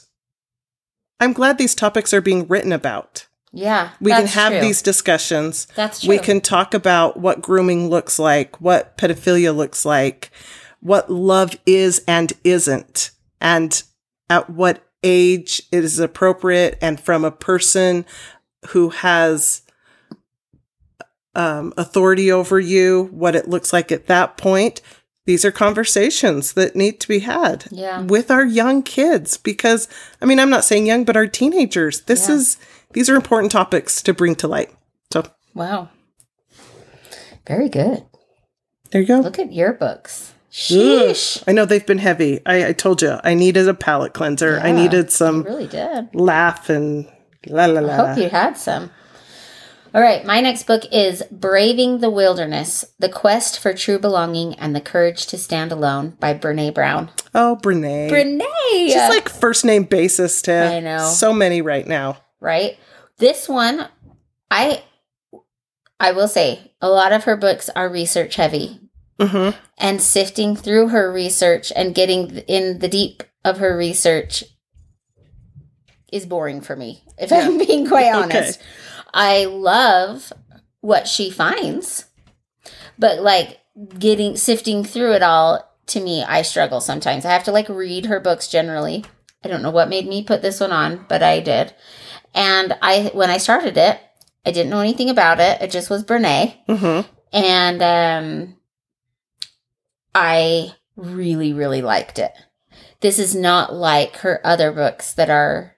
Speaker 2: I'm glad these topics are being written about.
Speaker 1: Yeah,
Speaker 2: We
Speaker 1: that's
Speaker 2: can have
Speaker 1: true.
Speaker 2: these discussions.
Speaker 1: That's true.
Speaker 2: We can talk about what grooming looks like, what pedophilia looks like, what love is and isn't, and at what age it is appropriate, and from a person who has um, authority over you, what it looks like at that point. These are conversations that need to be had
Speaker 1: Yeah.
Speaker 2: with our young kids because, I mean, I'm not saying young, but our teenagers. This
Speaker 1: Yeah.
Speaker 2: is, these are important topics to bring to light. So
Speaker 1: Wow. Very good.
Speaker 2: There you go.
Speaker 1: Look at your books.
Speaker 2: Mm.
Speaker 1: Sheesh.
Speaker 2: I know they've been heavy. I, I told you I needed a palate cleanser. I
Speaker 1: Yeah,
Speaker 2: needed
Speaker 1: You
Speaker 2: some
Speaker 1: really did.
Speaker 2: laugh and la la
Speaker 1: I
Speaker 2: la.
Speaker 1: hope you had some. All right, my next book is Braving the Wilderness The Quest for True Belonging and the Courage to Stand Alone by Brene Brown.
Speaker 2: Oh, Brene.
Speaker 1: Brene!
Speaker 2: She's like first name basis to
Speaker 1: I know.
Speaker 2: so many right now.
Speaker 1: right? This one, I I will say a lot of her books are research heavy
Speaker 2: Mm-hmm.
Speaker 1: and sifting through her research and getting in the deep of her research is boring for me if i'm being quite
Speaker 2: Okay.
Speaker 1: honest i love what she finds but like getting sifting through it all to me i struggle sometimes i have to like read her books generally i don't know what made me put this one on but i did and i when i started it i didn't know anything about it it just was brene
Speaker 2: Mm-hmm.
Speaker 1: and um I really really liked it. This is not like her other books that are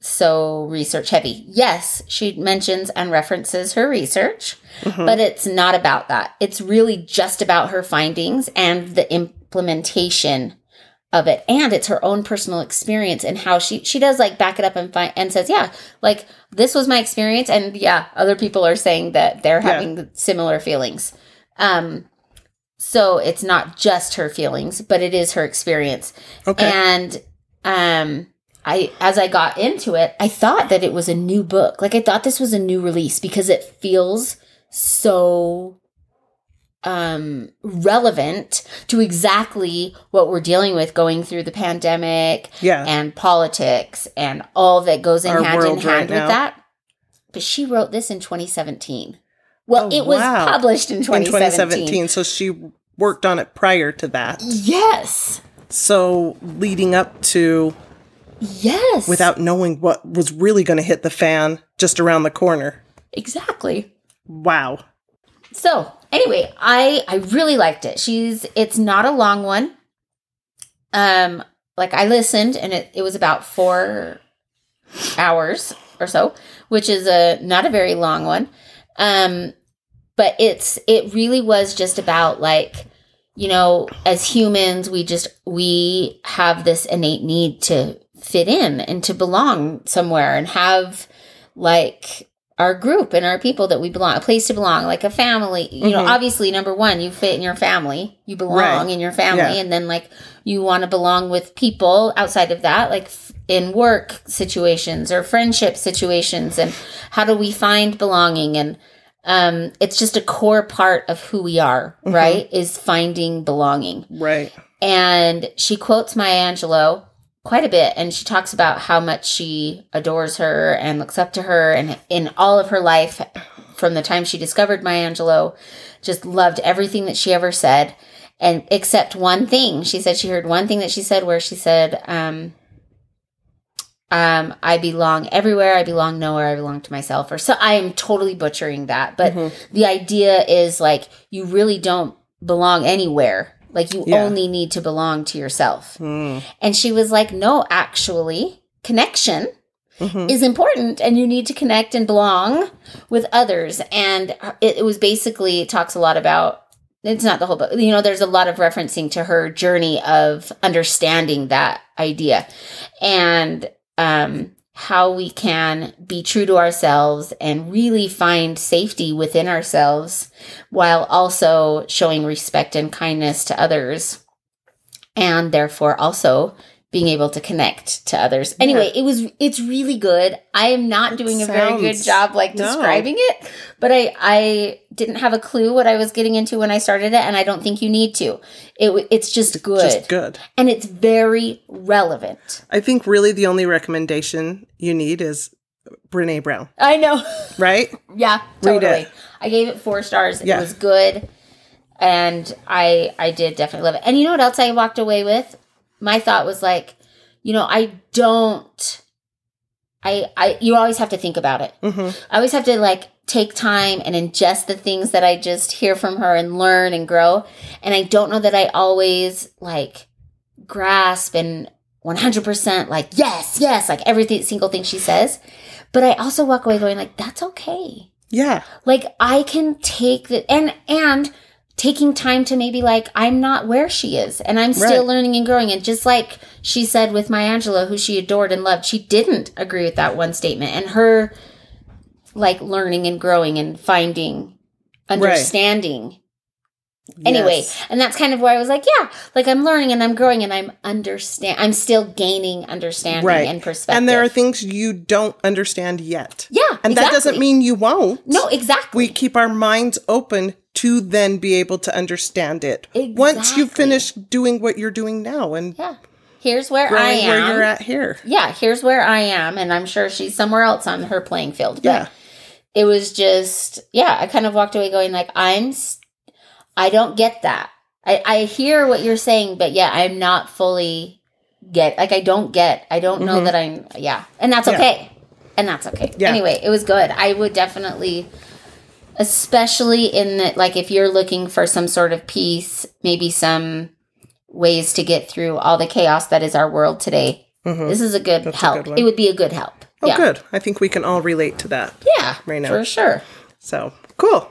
Speaker 1: so research heavy. Yes, she mentions and references her research,
Speaker 2: Mhm.
Speaker 1: but it's not about that. It's really just about her findings and the implementation of it and it's her own personal experience and how she she does like back it up and find and says yeah like this was my experience and yeah other people are saying that they're
Speaker 2: Yeah.
Speaker 1: having similar feelings um so it's not just her feelings but it is her experience
Speaker 2: Okay.
Speaker 1: and um I as I got into it, I thought that it was a new book. Like I thought this was a new release because it feels so um relevant to exactly what we're dealing with going through the pandemic
Speaker 2: yeah.
Speaker 1: and politics and all that goes in
Speaker 2: Our
Speaker 1: hand in
Speaker 2: world
Speaker 1: hand
Speaker 2: right
Speaker 1: with
Speaker 2: now.
Speaker 1: that. But she wrote this in 2017. Well,
Speaker 2: Oh,
Speaker 1: it was
Speaker 2: wow.
Speaker 1: published in
Speaker 2: In
Speaker 1: 2017.
Speaker 2: 2017. So she worked on it prior to that.
Speaker 1: Yes.
Speaker 2: So leading up to
Speaker 1: Yes.
Speaker 2: without knowing what was really going to hit the fan just around the corner.
Speaker 1: Exactly.
Speaker 2: Wow.
Speaker 1: So anyway, I I really liked it. She's it's not a long one. Um, like I listened and it, it was about four hours or so, which is a not a very long one. Um, but it's it really was just about like, you know, as humans, we just we have this innate need to fit in and to belong somewhere and have like our group and our people that we belong a place to belong like a family you know
Speaker 2: Mhm.
Speaker 1: obviously number one you fit in your family you belong
Speaker 2: Right.
Speaker 1: in your family
Speaker 2: Yeah.
Speaker 1: and then like you want to belong with people outside of that like f- in work situations or friendship situations and how do we find belonging and um it's just a core part of who we are
Speaker 2: Mhm.
Speaker 1: right is finding belonging
Speaker 2: Right.
Speaker 1: and she quotes Maya Angelou quite a bit and she talks about how much she adores her and looks up to her and in all of her life from the time she discovered Maya Angelou just loved everything that she ever said and except one thing she said she heard one thing that she said where she said um um I belong everywhere I belong nowhere I belong to myself or so I am totally butchering that but
Speaker 2: Mhm.
Speaker 1: the idea is like you really don't belong anywhere like you
Speaker 2: Yeah.
Speaker 1: only need to belong to yourself
Speaker 2: Mm.
Speaker 1: and she was like no actually connection
Speaker 2: Mhm.
Speaker 1: is important and you need to connect and belong with others and it, it was basically it talks a lot about it's not the whole book you know there's a lot of referencing to her journey of understanding that idea and um how we can be true to ourselves and really find safety within ourselves while also showing respect and kindness to others and therefore also being able to connect to others. Anyway, it was it's really good. I am not
Speaker 2: It
Speaker 1: doing a very good
Speaker 2: sounds-
Speaker 1: job like
Speaker 2: no.
Speaker 1: describing it, but I I didn't have a clue what I was getting into when I started it and I don't think you need to. It w- it's just good.
Speaker 2: Just good.
Speaker 1: And it's very relevant.
Speaker 2: I think really the only recommendation you need is Brene Brown,
Speaker 1: I know.
Speaker 2: right?
Speaker 1: yeah,
Speaker 2: Read
Speaker 1: totally.
Speaker 2: it.
Speaker 1: I gave it 4 stars.
Speaker 2: Yeah.
Speaker 1: It was good. And I I did definitely love it. And you know what else I walked away with? My thought was like, you know, I don't I I you always have to think about it.
Speaker 2: hmm
Speaker 1: I always have to like take time and ingest the things that I just hear from her and learn and grow. And I don't know that I always like grasp and 100% like, yes, yes, like every single thing she says. But I also walk away going like, that's okay
Speaker 2: Yeah.
Speaker 1: like i can take the and and taking time to maybe like i'm not where she is and i'm still
Speaker 2: Right.
Speaker 1: learning and growing and just like she said with my angela who she adored and loved she didn't agree with that one statement and her like learning and growing and finding understanding anyway
Speaker 2: Yes.
Speaker 1: and that's kind of where i was like yeah like i'm learning and i'm growing and i'm understand i'm still gaining understanding
Speaker 2: Right.
Speaker 1: and perspective
Speaker 2: And there are things you don't understand yet.
Speaker 1: yeah
Speaker 2: And that doesn't
Speaker 1: exactly.
Speaker 2: mean you won't.
Speaker 1: no exactly
Speaker 2: We keep our minds open to then be able to understand it. Once you
Speaker 1: Exactly.
Speaker 2: finish doing what you're doing now and
Speaker 1: yeah here's where i
Speaker 2: growing
Speaker 1: am
Speaker 2: where you're at here.
Speaker 1: yeah, here's where I am, and I'm sure she's somewhere else on her playing field. But
Speaker 2: Yeah.
Speaker 1: it was just, yeah, I kind of walked away going like, I'm, s- I don't get that. I, I hear what you're saying, but yeah, I'm not fully get like I don't get. I don't know that I'm. Yeah, and that's
Speaker 2: Mm-hmm. Yeah.
Speaker 1: okay, and that's okay.
Speaker 2: Yeah.
Speaker 1: Anyway, it was good. I would definitely. Especially in that, like, if you're looking for some sort of peace, maybe some ways to get through all the chaos that is our world today.
Speaker 2: Mhm.
Speaker 1: This is a good
Speaker 2: That's a
Speaker 1: help.
Speaker 2: good one.
Speaker 1: it would be a good help.
Speaker 2: Oh,
Speaker 1: yeah.
Speaker 2: good. I think we can all relate to that.
Speaker 1: Yeah.
Speaker 2: Right now.
Speaker 1: For sure.
Speaker 2: So cool.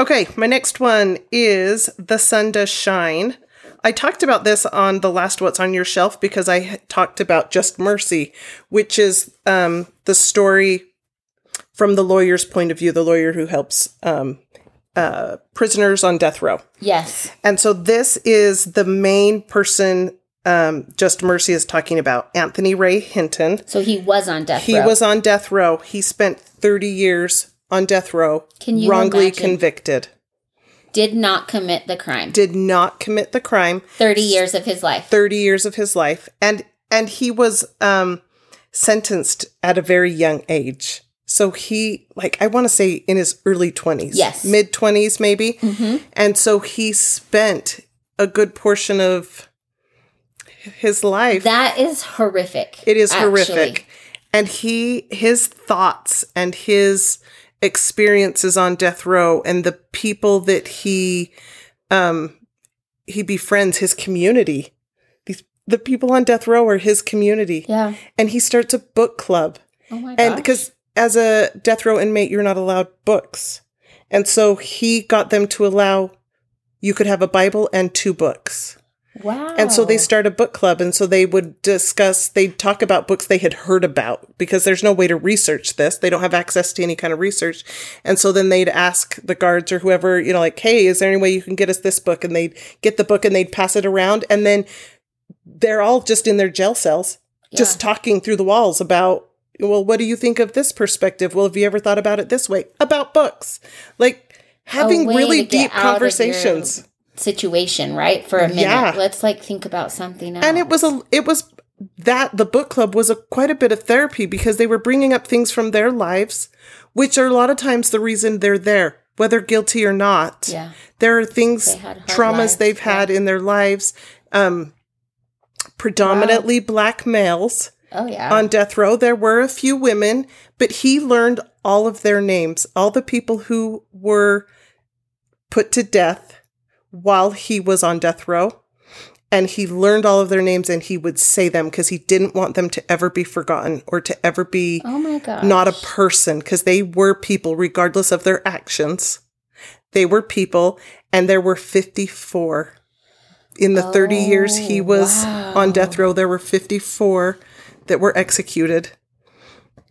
Speaker 2: Okay, my next one is The Sun Does Shine. I talked about this on the last What's on Your Shelf because I had talked about Just Mercy, which is um, the story from the lawyer's point of view, the lawyer who helps um, uh, prisoners on death row.
Speaker 1: Yes.
Speaker 2: And so this is the main person um, Just Mercy is talking about, Anthony Ray Hinton.
Speaker 1: So he was on death
Speaker 2: He
Speaker 1: row.
Speaker 2: was on death row. He spent 30 years on death row,
Speaker 1: Can you
Speaker 2: wrongly
Speaker 1: imagine?
Speaker 2: convicted.
Speaker 1: Did not commit the crime.
Speaker 2: Did not commit the crime.
Speaker 1: 30 years of his life.
Speaker 2: 30 years of his life and and he was um sentenced at a very young age. So he like I want to say in his early 20s.
Speaker 1: Yes. Mm-hmm.
Speaker 2: Mid 20s maybe. And so he spent a good portion of his life
Speaker 1: That is horrific.
Speaker 2: It is
Speaker 1: actually.
Speaker 2: horrific. And he his thoughts and his experiences on death row and the people that he um he befriends his community. These the people on death row are his community.
Speaker 1: Yeah.
Speaker 2: And he starts a book club.
Speaker 1: Oh my god.
Speaker 2: And because as a death row inmate you're not allowed books. And so he got them to allow you could have a Bible and two books.
Speaker 1: wow.
Speaker 2: And so they start a book club. And so they would discuss, they'd talk about books they had heard about because there's no way to research this. They don't have access to any kind of research. And so then they'd ask the guards or whoever, you know, like, hey, is there any way you can get us this book? And they'd get the book and they'd pass it around. And then they're all just in their jail cells,
Speaker 1: Yeah.
Speaker 2: just talking through the walls about, well, what do you think of this perspective? Well, have you ever thought about it this way? About books. Like having
Speaker 1: way
Speaker 2: really
Speaker 1: to get out
Speaker 2: deep
Speaker 1: of your-
Speaker 2: conversations.
Speaker 1: situation, right? For a minute.
Speaker 2: Yeah.
Speaker 1: Let's like think about something else.
Speaker 2: and it was a it was that the book club was a quite a bit of therapy because they were bringing up things from their lives which are a lot of times the reason they're there whether guilty or not
Speaker 1: Yeah.
Speaker 2: there are things
Speaker 1: They had hard
Speaker 2: traumas
Speaker 1: lives,
Speaker 2: they've had in their lives um predominantly black males
Speaker 1: Oh yeah.
Speaker 2: on death row there were a few women but he learned all of their names all the people who were put to death while he was on death row and he learned all of their names and he would say them because he didn't want them to ever be forgotten or to ever be
Speaker 1: oh my god.
Speaker 2: not a person because they were people regardless of their actions they were people and there were 54 in the 30 years he
Speaker 1: Oh,
Speaker 2: was on death
Speaker 1: wow.
Speaker 2: row there were 54 that were executed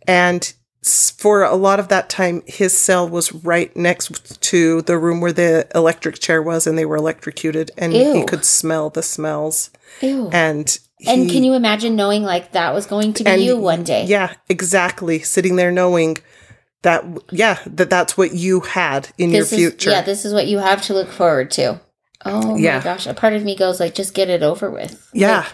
Speaker 2: and s- for a lot of that time his cell was right next to the room where the electric chair was and they were electrocuted and he
Speaker 1: Ew.
Speaker 2: could smell the smells
Speaker 1: Ew.
Speaker 2: and
Speaker 1: And
Speaker 2: he-
Speaker 1: can you imagine knowing like that was going to be
Speaker 2: And-
Speaker 1: you one day?
Speaker 2: Yeah, exactly. Sitting there knowing that, yeah, that that's what you had in your
Speaker 1: This is-
Speaker 2: future.
Speaker 1: yeah, this is what you have to look forward to. Oh
Speaker 2: Yeah.
Speaker 1: my gosh. A part of me goes like, just get it over with.
Speaker 2: Yeah.
Speaker 1: Like,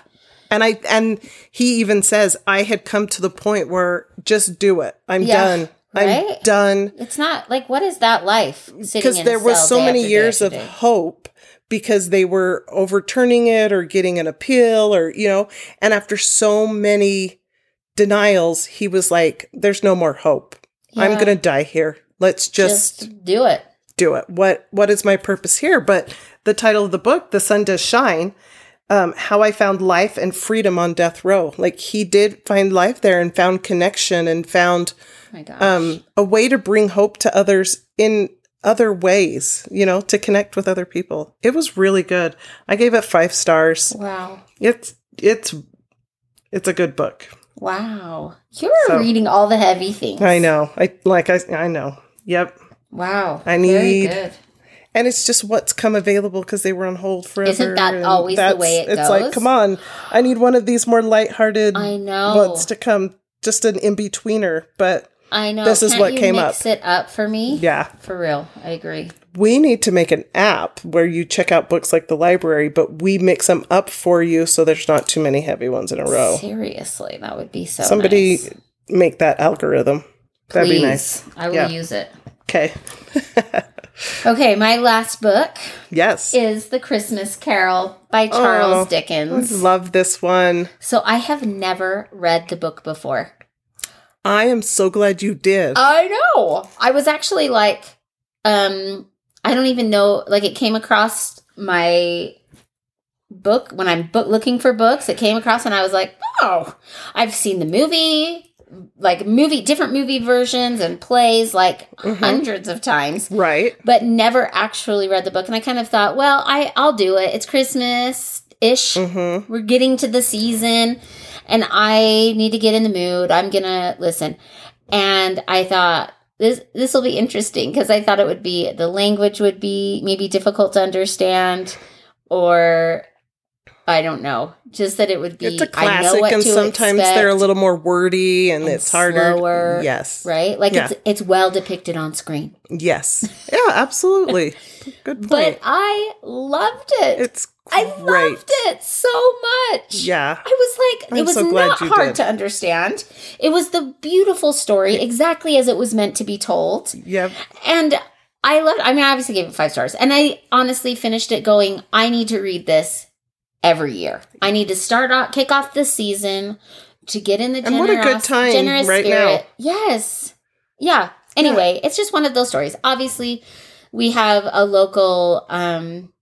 Speaker 2: and I and he even says I had come to the point where just do it. I'm
Speaker 1: Yeah,
Speaker 2: done. I'm
Speaker 1: right?
Speaker 2: done
Speaker 1: it's not like what is that life?
Speaker 2: because
Speaker 1: Because
Speaker 2: there was so many years of hope because they were overturning it or getting an appeal or you know, and after so many denials, he was like there's no more hope. I'm
Speaker 1: Yeah.
Speaker 2: going to die here. Let's just
Speaker 1: do it.
Speaker 2: do it what what is my purpose here but the title of the book the sun does shine um, how i found life and freedom on death row like he did find life there and found connection and found
Speaker 1: Oh my gosh.
Speaker 2: um, a way to bring hope to others in other ways you know to connect with other people it was really good i gave it five stars
Speaker 1: wow.
Speaker 2: it's it's it's a good book
Speaker 1: Wow. You're
Speaker 2: So-
Speaker 1: reading all the heavy things.
Speaker 2: i know i like i i know yep
Speaker 1: Wow.
Speaker 2: I
Speaker 1: Very
Speaker 2: need-
Speaker 1: good.
Speaker 2: And it's just what's come available because they were on hold forever.
Speaker 1: Isn't that
Speaker 2: and
Speaker 1: always the way it
Speaker 2: it's
Speaker 1: goes?
Speaker 2: like, come on, I need one of these more lighthearted
Speaker 1: I know.
Speaker 2: ones to come, just an in betweener. But
Speaker 1: I know.
Speaker 2: This is
Speaker 1: Can't
Speaker 2: what
Speaker 1: you
Speaker 2: came
Speaker 1: mix
Speaker 2: up.
Speaker 1: it up for me.
Speaker 2: yeah,
Speaker 1: For real. I agree.
Speaker 2: we need to make an app where you check out books like the library, but we mix them up for you so there's not too many heavy ones in a row.
Speaker 1: Seriously. That would be so
Speaker 2: Oh. Somebody
Speaker 1: nice.
Speaker 2: make that algorithm. That'd
Speaker 1: Please.
Speaker 2: be nice.
Speaker 1: I will
Speaker 2: Yeah.
Speaker 1: use it.
Speaker 2: Okay.
Speaker 1: Okay, my last book
Speaker 2: Yes.
Speaker 1: is The Christmas Carol by Charles
Speaker 2: Oh.
Speaker 1: Dickens.
Speaker 2: Love this one.
Speaker 1: So I have never read the book before.
Speaker 2: I am so glad you did.
Speaker 1: I know. I was actually like, um, I don't even know. Like, it came across my book when I'm book looking for books. It came across, and I was like, oh, I've seen the movie, like movie, different movie versions and plays, like hundreds of times,
Speaker 2: right.
Speaker 1: but never actually read the book. And I kind of thought, well, I I'll do it. It's Christmas ish.
Speaker 2: Mm-hmm.
Speaker 1: We're getting to the season and I need to get in the mood. I'm going to listen. And I thought this this will be interesting because I thought it would be the language would be maybe difficult to understand or I don't know. Just that it would be
Speaker 2: it's a
Speaker 1: I know
Speaker 2: classic
Speaker 1: what
Speaker 2: and
Speaker 1: to
Speaker 2: sometimes they're a
Speaker 1: expect,
Speaker 2: little more wordy and, it's harder
Speaker 1: slower.
Speaker 2: yes
Speaker 1: right? Like
Speaker 2: Yeah.
Speaker 1: it's it's well depicted on screen.
Speaker 2: yes yeah absolutely good point
Speaker 1: But I loved it.
Speaker 2: it's
Speaker 1: I
Speaker 2: great
Speaker 1: loved it so much.
Speaker 2: yeah
Speaker 1: I was like,
Speaker 2: I'm
Speaker 1: it was
Speaker 2: so glad
Speaker 1: not
Speaker 2: you
Speaker 1: hard
Speaker 2: did.
Speaker 1: to understand. It was the beautiful story, exactly as it was meant to be told.
Speaker 2: yep
Speaker 1: And I loved, I mean, I obviously gave it five stars. And I honestly finished it going, I need to read this every year. I need to start off, kick off the season to get in the
Speaker 2: And what a
Speaker 1: generous,
Speaker 2: good time
Speaker 1: generous
Speaker 2: right now.
Speaker 1: spirit. Yes. Yeah. Anyway, it's just one of those stories. Obviously, we have a local um,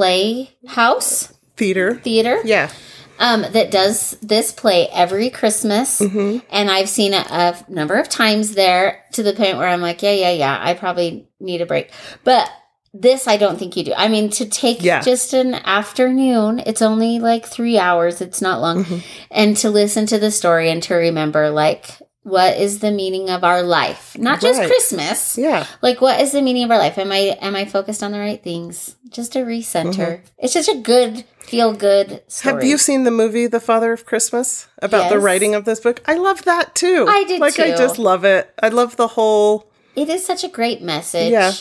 Speaker 1: playhouse
Speaker 2: theater
Speaker 1: theater
Speaker 2: yeah
Speaker 1: um, that does this play every Christmas.
Speaker 2: hmm
Speaker 1: And I've seen it a f- number of times there to the point where I'm like, yeah, yeah, yeah, I probably need a break. But this, I don't think you do. I mean, to take
Speaker 2: Yeah.
Speaker 1: just an afternoon, it's only like three hours, it's not long,
Speaker 2: Mm-hmm.
Speaker 1: and to listen to the story and to remember, like, what is the meaning of our life? Not just
Speaker 2: Right.
Speaker 1: Christmas.
Speaker 2: yeah
Speaker 1: Like what is the meaning of our life? Am I am I focused on the right things? Just a recenter. It's just a good feel good story.
Speaker 2: Mm-hmm. have you seen the movie the father of christmas about the
Speaker 1: Yes.
Speaker 2: writing of this book i love that too
Speaker 1: I did
Speaker 2: like i
Speaker 1: too.
Speaker 2: just love it i love the whole
Speaker 1: It is such a great message.
Speaker 2: Yeah.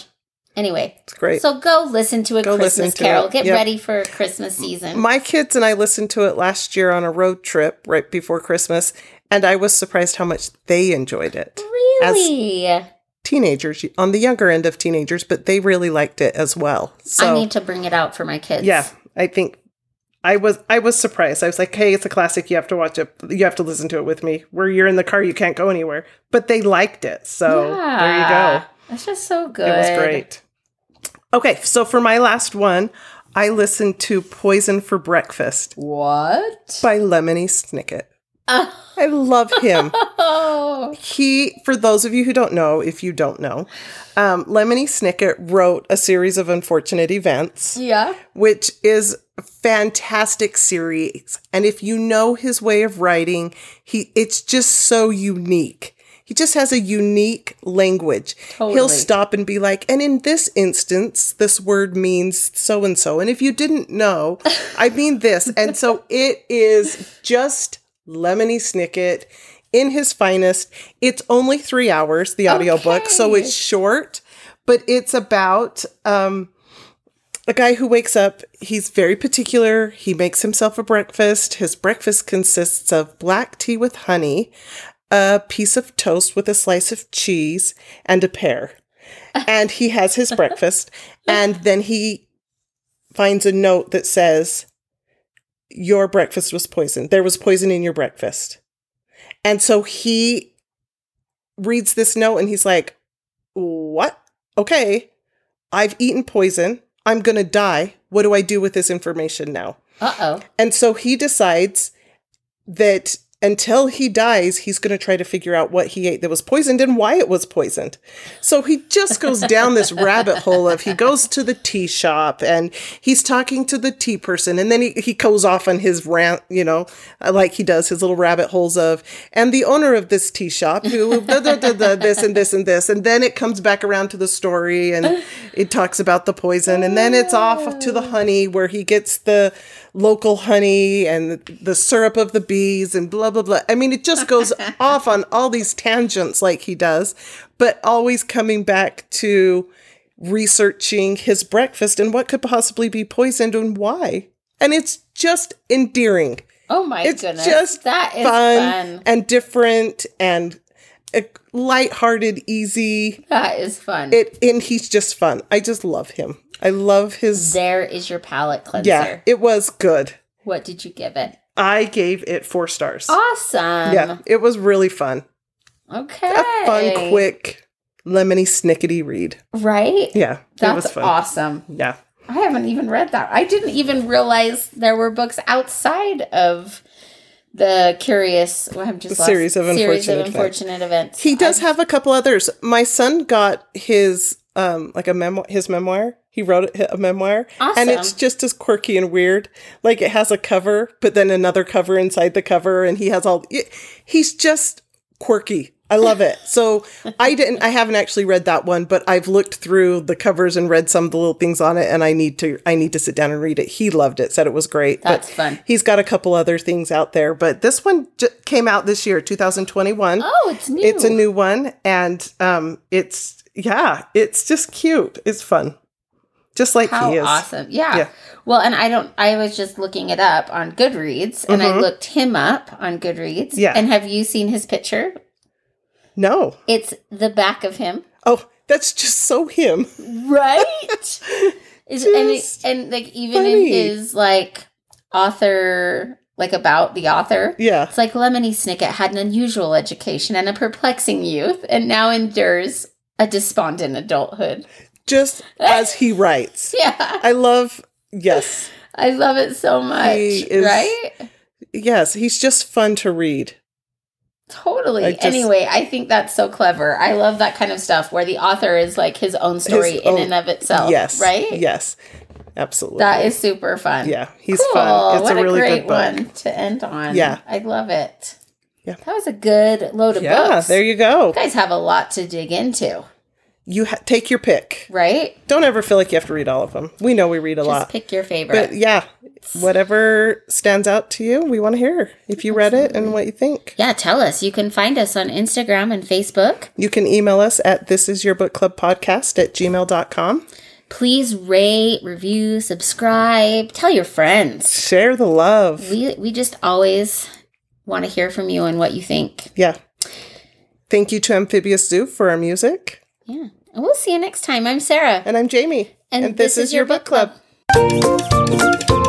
Speaker 1: Anyway,
Speaker 2: it's great
Speaker 1: so go listen to a
Speaker 2: Go listen
Speaker 1: Christmas
Speaker 2: to
Speaker 1: carol.
Speaker 2: it.
Speaker 1: Get
Speaker 2: Yep.
Speaker 1: ready for Christmas season.
Speaker 2: My kids and I listened to it last year on a road trip right before Christmas, and I was surprised how much they enjoyed it.
Speaker 1: really?
Speaker 2: Teenagers, on the younger end of teenagers, but they really liked it as well. So,
Speaker 1: I need to bring it out for my kids.
Speaker 2: yeah, I think I was I was surprised. I was like, "Hey, it's a classic. You have to watch it. You have to listen to it with me. Where you're in the car, you can't go anywhere." But they liked it. So, there you go.
Speaker 1: Yeah. That's just so good.
Speaker 2: It was great. Okay, so for my last one, I listened to Poison for Breakfast
Speaker 1: What?
Speaker 2: by Lemony Snicket.
Speaker 1: Oh.
Speaker 2: I love him. he, for those of you who don't know, if you don't know, um, Lemony Snicket wrote a series of unfortunate events,
Speaker 1: Yeah.
Speaker 2: which is a fantastic series. And if you know his way of writing, he it's just so unique. He just has a unique language. He'll
Speaker 1: Totally.
Speaker 2: stop and be like, and in this instance, this word means so and so. And if you didn't know, I mean this. And so it is just Lemony Snicket in his finest. It's only three hours, the audiobook. So
Speaker 1: Okay.
Speaker 2: it's short, but it's about um, a guy who wakes up, he's very particular. He makes himself a breakfast. His breakfast consists of black tea with honey, a piece of toast with a slice of cheese, and a pear. And he has his breakfast. And then he finds a note that says, Your breakfast was poisoned. There was poison in your breakfast. And so he reads this note and he's like, What? Okay. I've eaten poison. I'm going to die. What do I do with this information now?
Speaker 1: Uh oh.
Speaker 2: And so he decides that until he dies, he's going to try to figure out what he ate that was poisoned and why it was poisoned. So he just goes down this rabbit hole of he goes to the tea shop and he's talking to the tea person. And then he, he goes off on his rant, you know, like he does his little rabbit holes of, and the owner of this tea shop, who da, da, da, da, this and this and this. And then it comes back around to the story and it talks about the poison. And then it's off to the honey where he gets the local honey and the syrup of the bees and blah blah blah. I mean, it just goes off on all these tangents like he does, but always coming back to researching his breakfast and what could possibly be poisoned and why. And it's just endearing.
Speaker 1: Oh my
Speaker 2: It's
Speaker 1: goodness.
Speaker 2: just
Speaker 1: that is
Speaker 2: fun,
Speaker 1: fun.
Speaker 2: and different and uh, lighthearted, easy.
Speaker 1: That is fun.
Speaker 2: It and he's just fun. I just love him. I love his
Speaker 1: there is your palate cleanser.
Speaker 2: yeah. It was good.
Speaker 1: What did you give it?
Speaker 2: I gave it four stars.
Speaker 1: Awesome.
Speaker 2: yeah, it was really fun.
Speaker 1: Okay.
Speaker 2: A fun, quick, lemony snickety read.
Speaker 1: Right?
Speaker 2: Yeah, it was
Speaker 1: That's
Speaker 2: fun.
Speaker 1: awesome.
Speaker 2: Yeah,
Speaker 1: I haven't even read that. I didn't even realize there were books outside of the curious. Well, I'm just
Speaker 2: The Series of
Speaker 1: series of
Speaker 2: Unfortunate Events.
Speaker 1: unfortunate events.
Speaker 2: he does have a couple others. My son got his um like a memo his memoir. He wrote a a memoir,
Speaker 1: Awesome.
Speaker 2: and it's just as quirky and weird. Like it has a cover, but then another cover inside the cover, and he has all. It, he's just quirky. I love it. So I didn't. I haven't actually read that one, but I've looked through the covers and read some of the little things on it, and I need to. I need to sit down and read it. He loved it. Said it was great.
Speaker 1: That's
Speaker 2: but
Speaker 1: fun.
Speaker 2: He's got a couple other things out there, but this one j- came out this year, 2021
Speaker 1: Oh, it's new.
Speaker 2: it's a new one and um it's yeah it's just cute it's fun just like
Speaker 1: How
Speaker 2: he is
Speaker 1: awesome. Yeah.
Speaker 2: Yeah.
Speaker 1: Well, and I don't, I was just looking it up on Goodreads and I
Speaker 2: Mhm.
Speaker 1: looked him up on Goodreads.
Speaker 2: Yeah.
Speaker 1: And have you seen his picture?
Speaker 2: no
Speaker 1: It's the back of him.
Speaker 2: oh that's just so him
Speaker 1: Right? Is, and, it,
Speaker 2: Just
Speaker 1: and like even in
Speaker 2: funny.
Speaker 1: his like author, like about the author.
Speaker 2: yeah
Speaker 1: It's like Lemony Snicket had an unusual education and a perplexing youth, and now endures a despondent adulthood.
Speaker 2: just as he writes
Speaker 1: Yeah,
Speaker 2: i love yes
Speaker 1: I love it so much.
Speaker 2: He is-
Speaker 1: right?
Speaker 2: yes he's just fun to read
Speaker 1: Totally.
Speaker 2: I just-
Speaker 1: anyway, I think that's so clever. I love that kind of stuff where the author is like his own story in
Speaker 2: own-
Speaker 1: and of itself.
Speaker 2: yes
Speaker 1: Oh, Right?
Speaker 2: yes absolutely
Speaker 1: That is super fun.
Speaker 2: yeah he's fun it's
Speaker 1: what
Speaker 2: a really
Speaker 1: great
Speaker 2: good book
Speaker 1: one to end on.
Speaker 2: Yeah.
Speaker 1: I love it.
Speaker 2: Yeah.
Speaker 1: That was a good load of
Speaker 2: yeah
Speaker 1: books.
Speaker 2: there you go
Speaker 1: you guys have a lot to dig into,
Speaker 2: you ha- take your pick
Speaker 1: right?
Speaker 2: don't ever feel like you have to read all of them we know we read a lot
Speaker 1: Just pick your favorite.
Speaker 2: But Uh, yeah, whatever stands out to you, we want to hear if you read it and what you think.
Speaker 1: Yeah, tell us. You can find us on Instagram and Facebook.
Speaker 2: You can email us at this is your book club podcast at gmail.com.
Speaker 1: Please rate, review, subscribe, tell your friends.
Speaker 2: Share the love.
Speaker 1: We we just always want to hear from you and what you think.
Speaker 2: Yeah. Thank you to Amphibious Zoo for our music.
Speaker 1: Yeah. And we'll see you next time. I'm Sarah.
Speaker 2: And I'm Jamie.
Speaker 1: And this is your book club.
Speaker 2: club.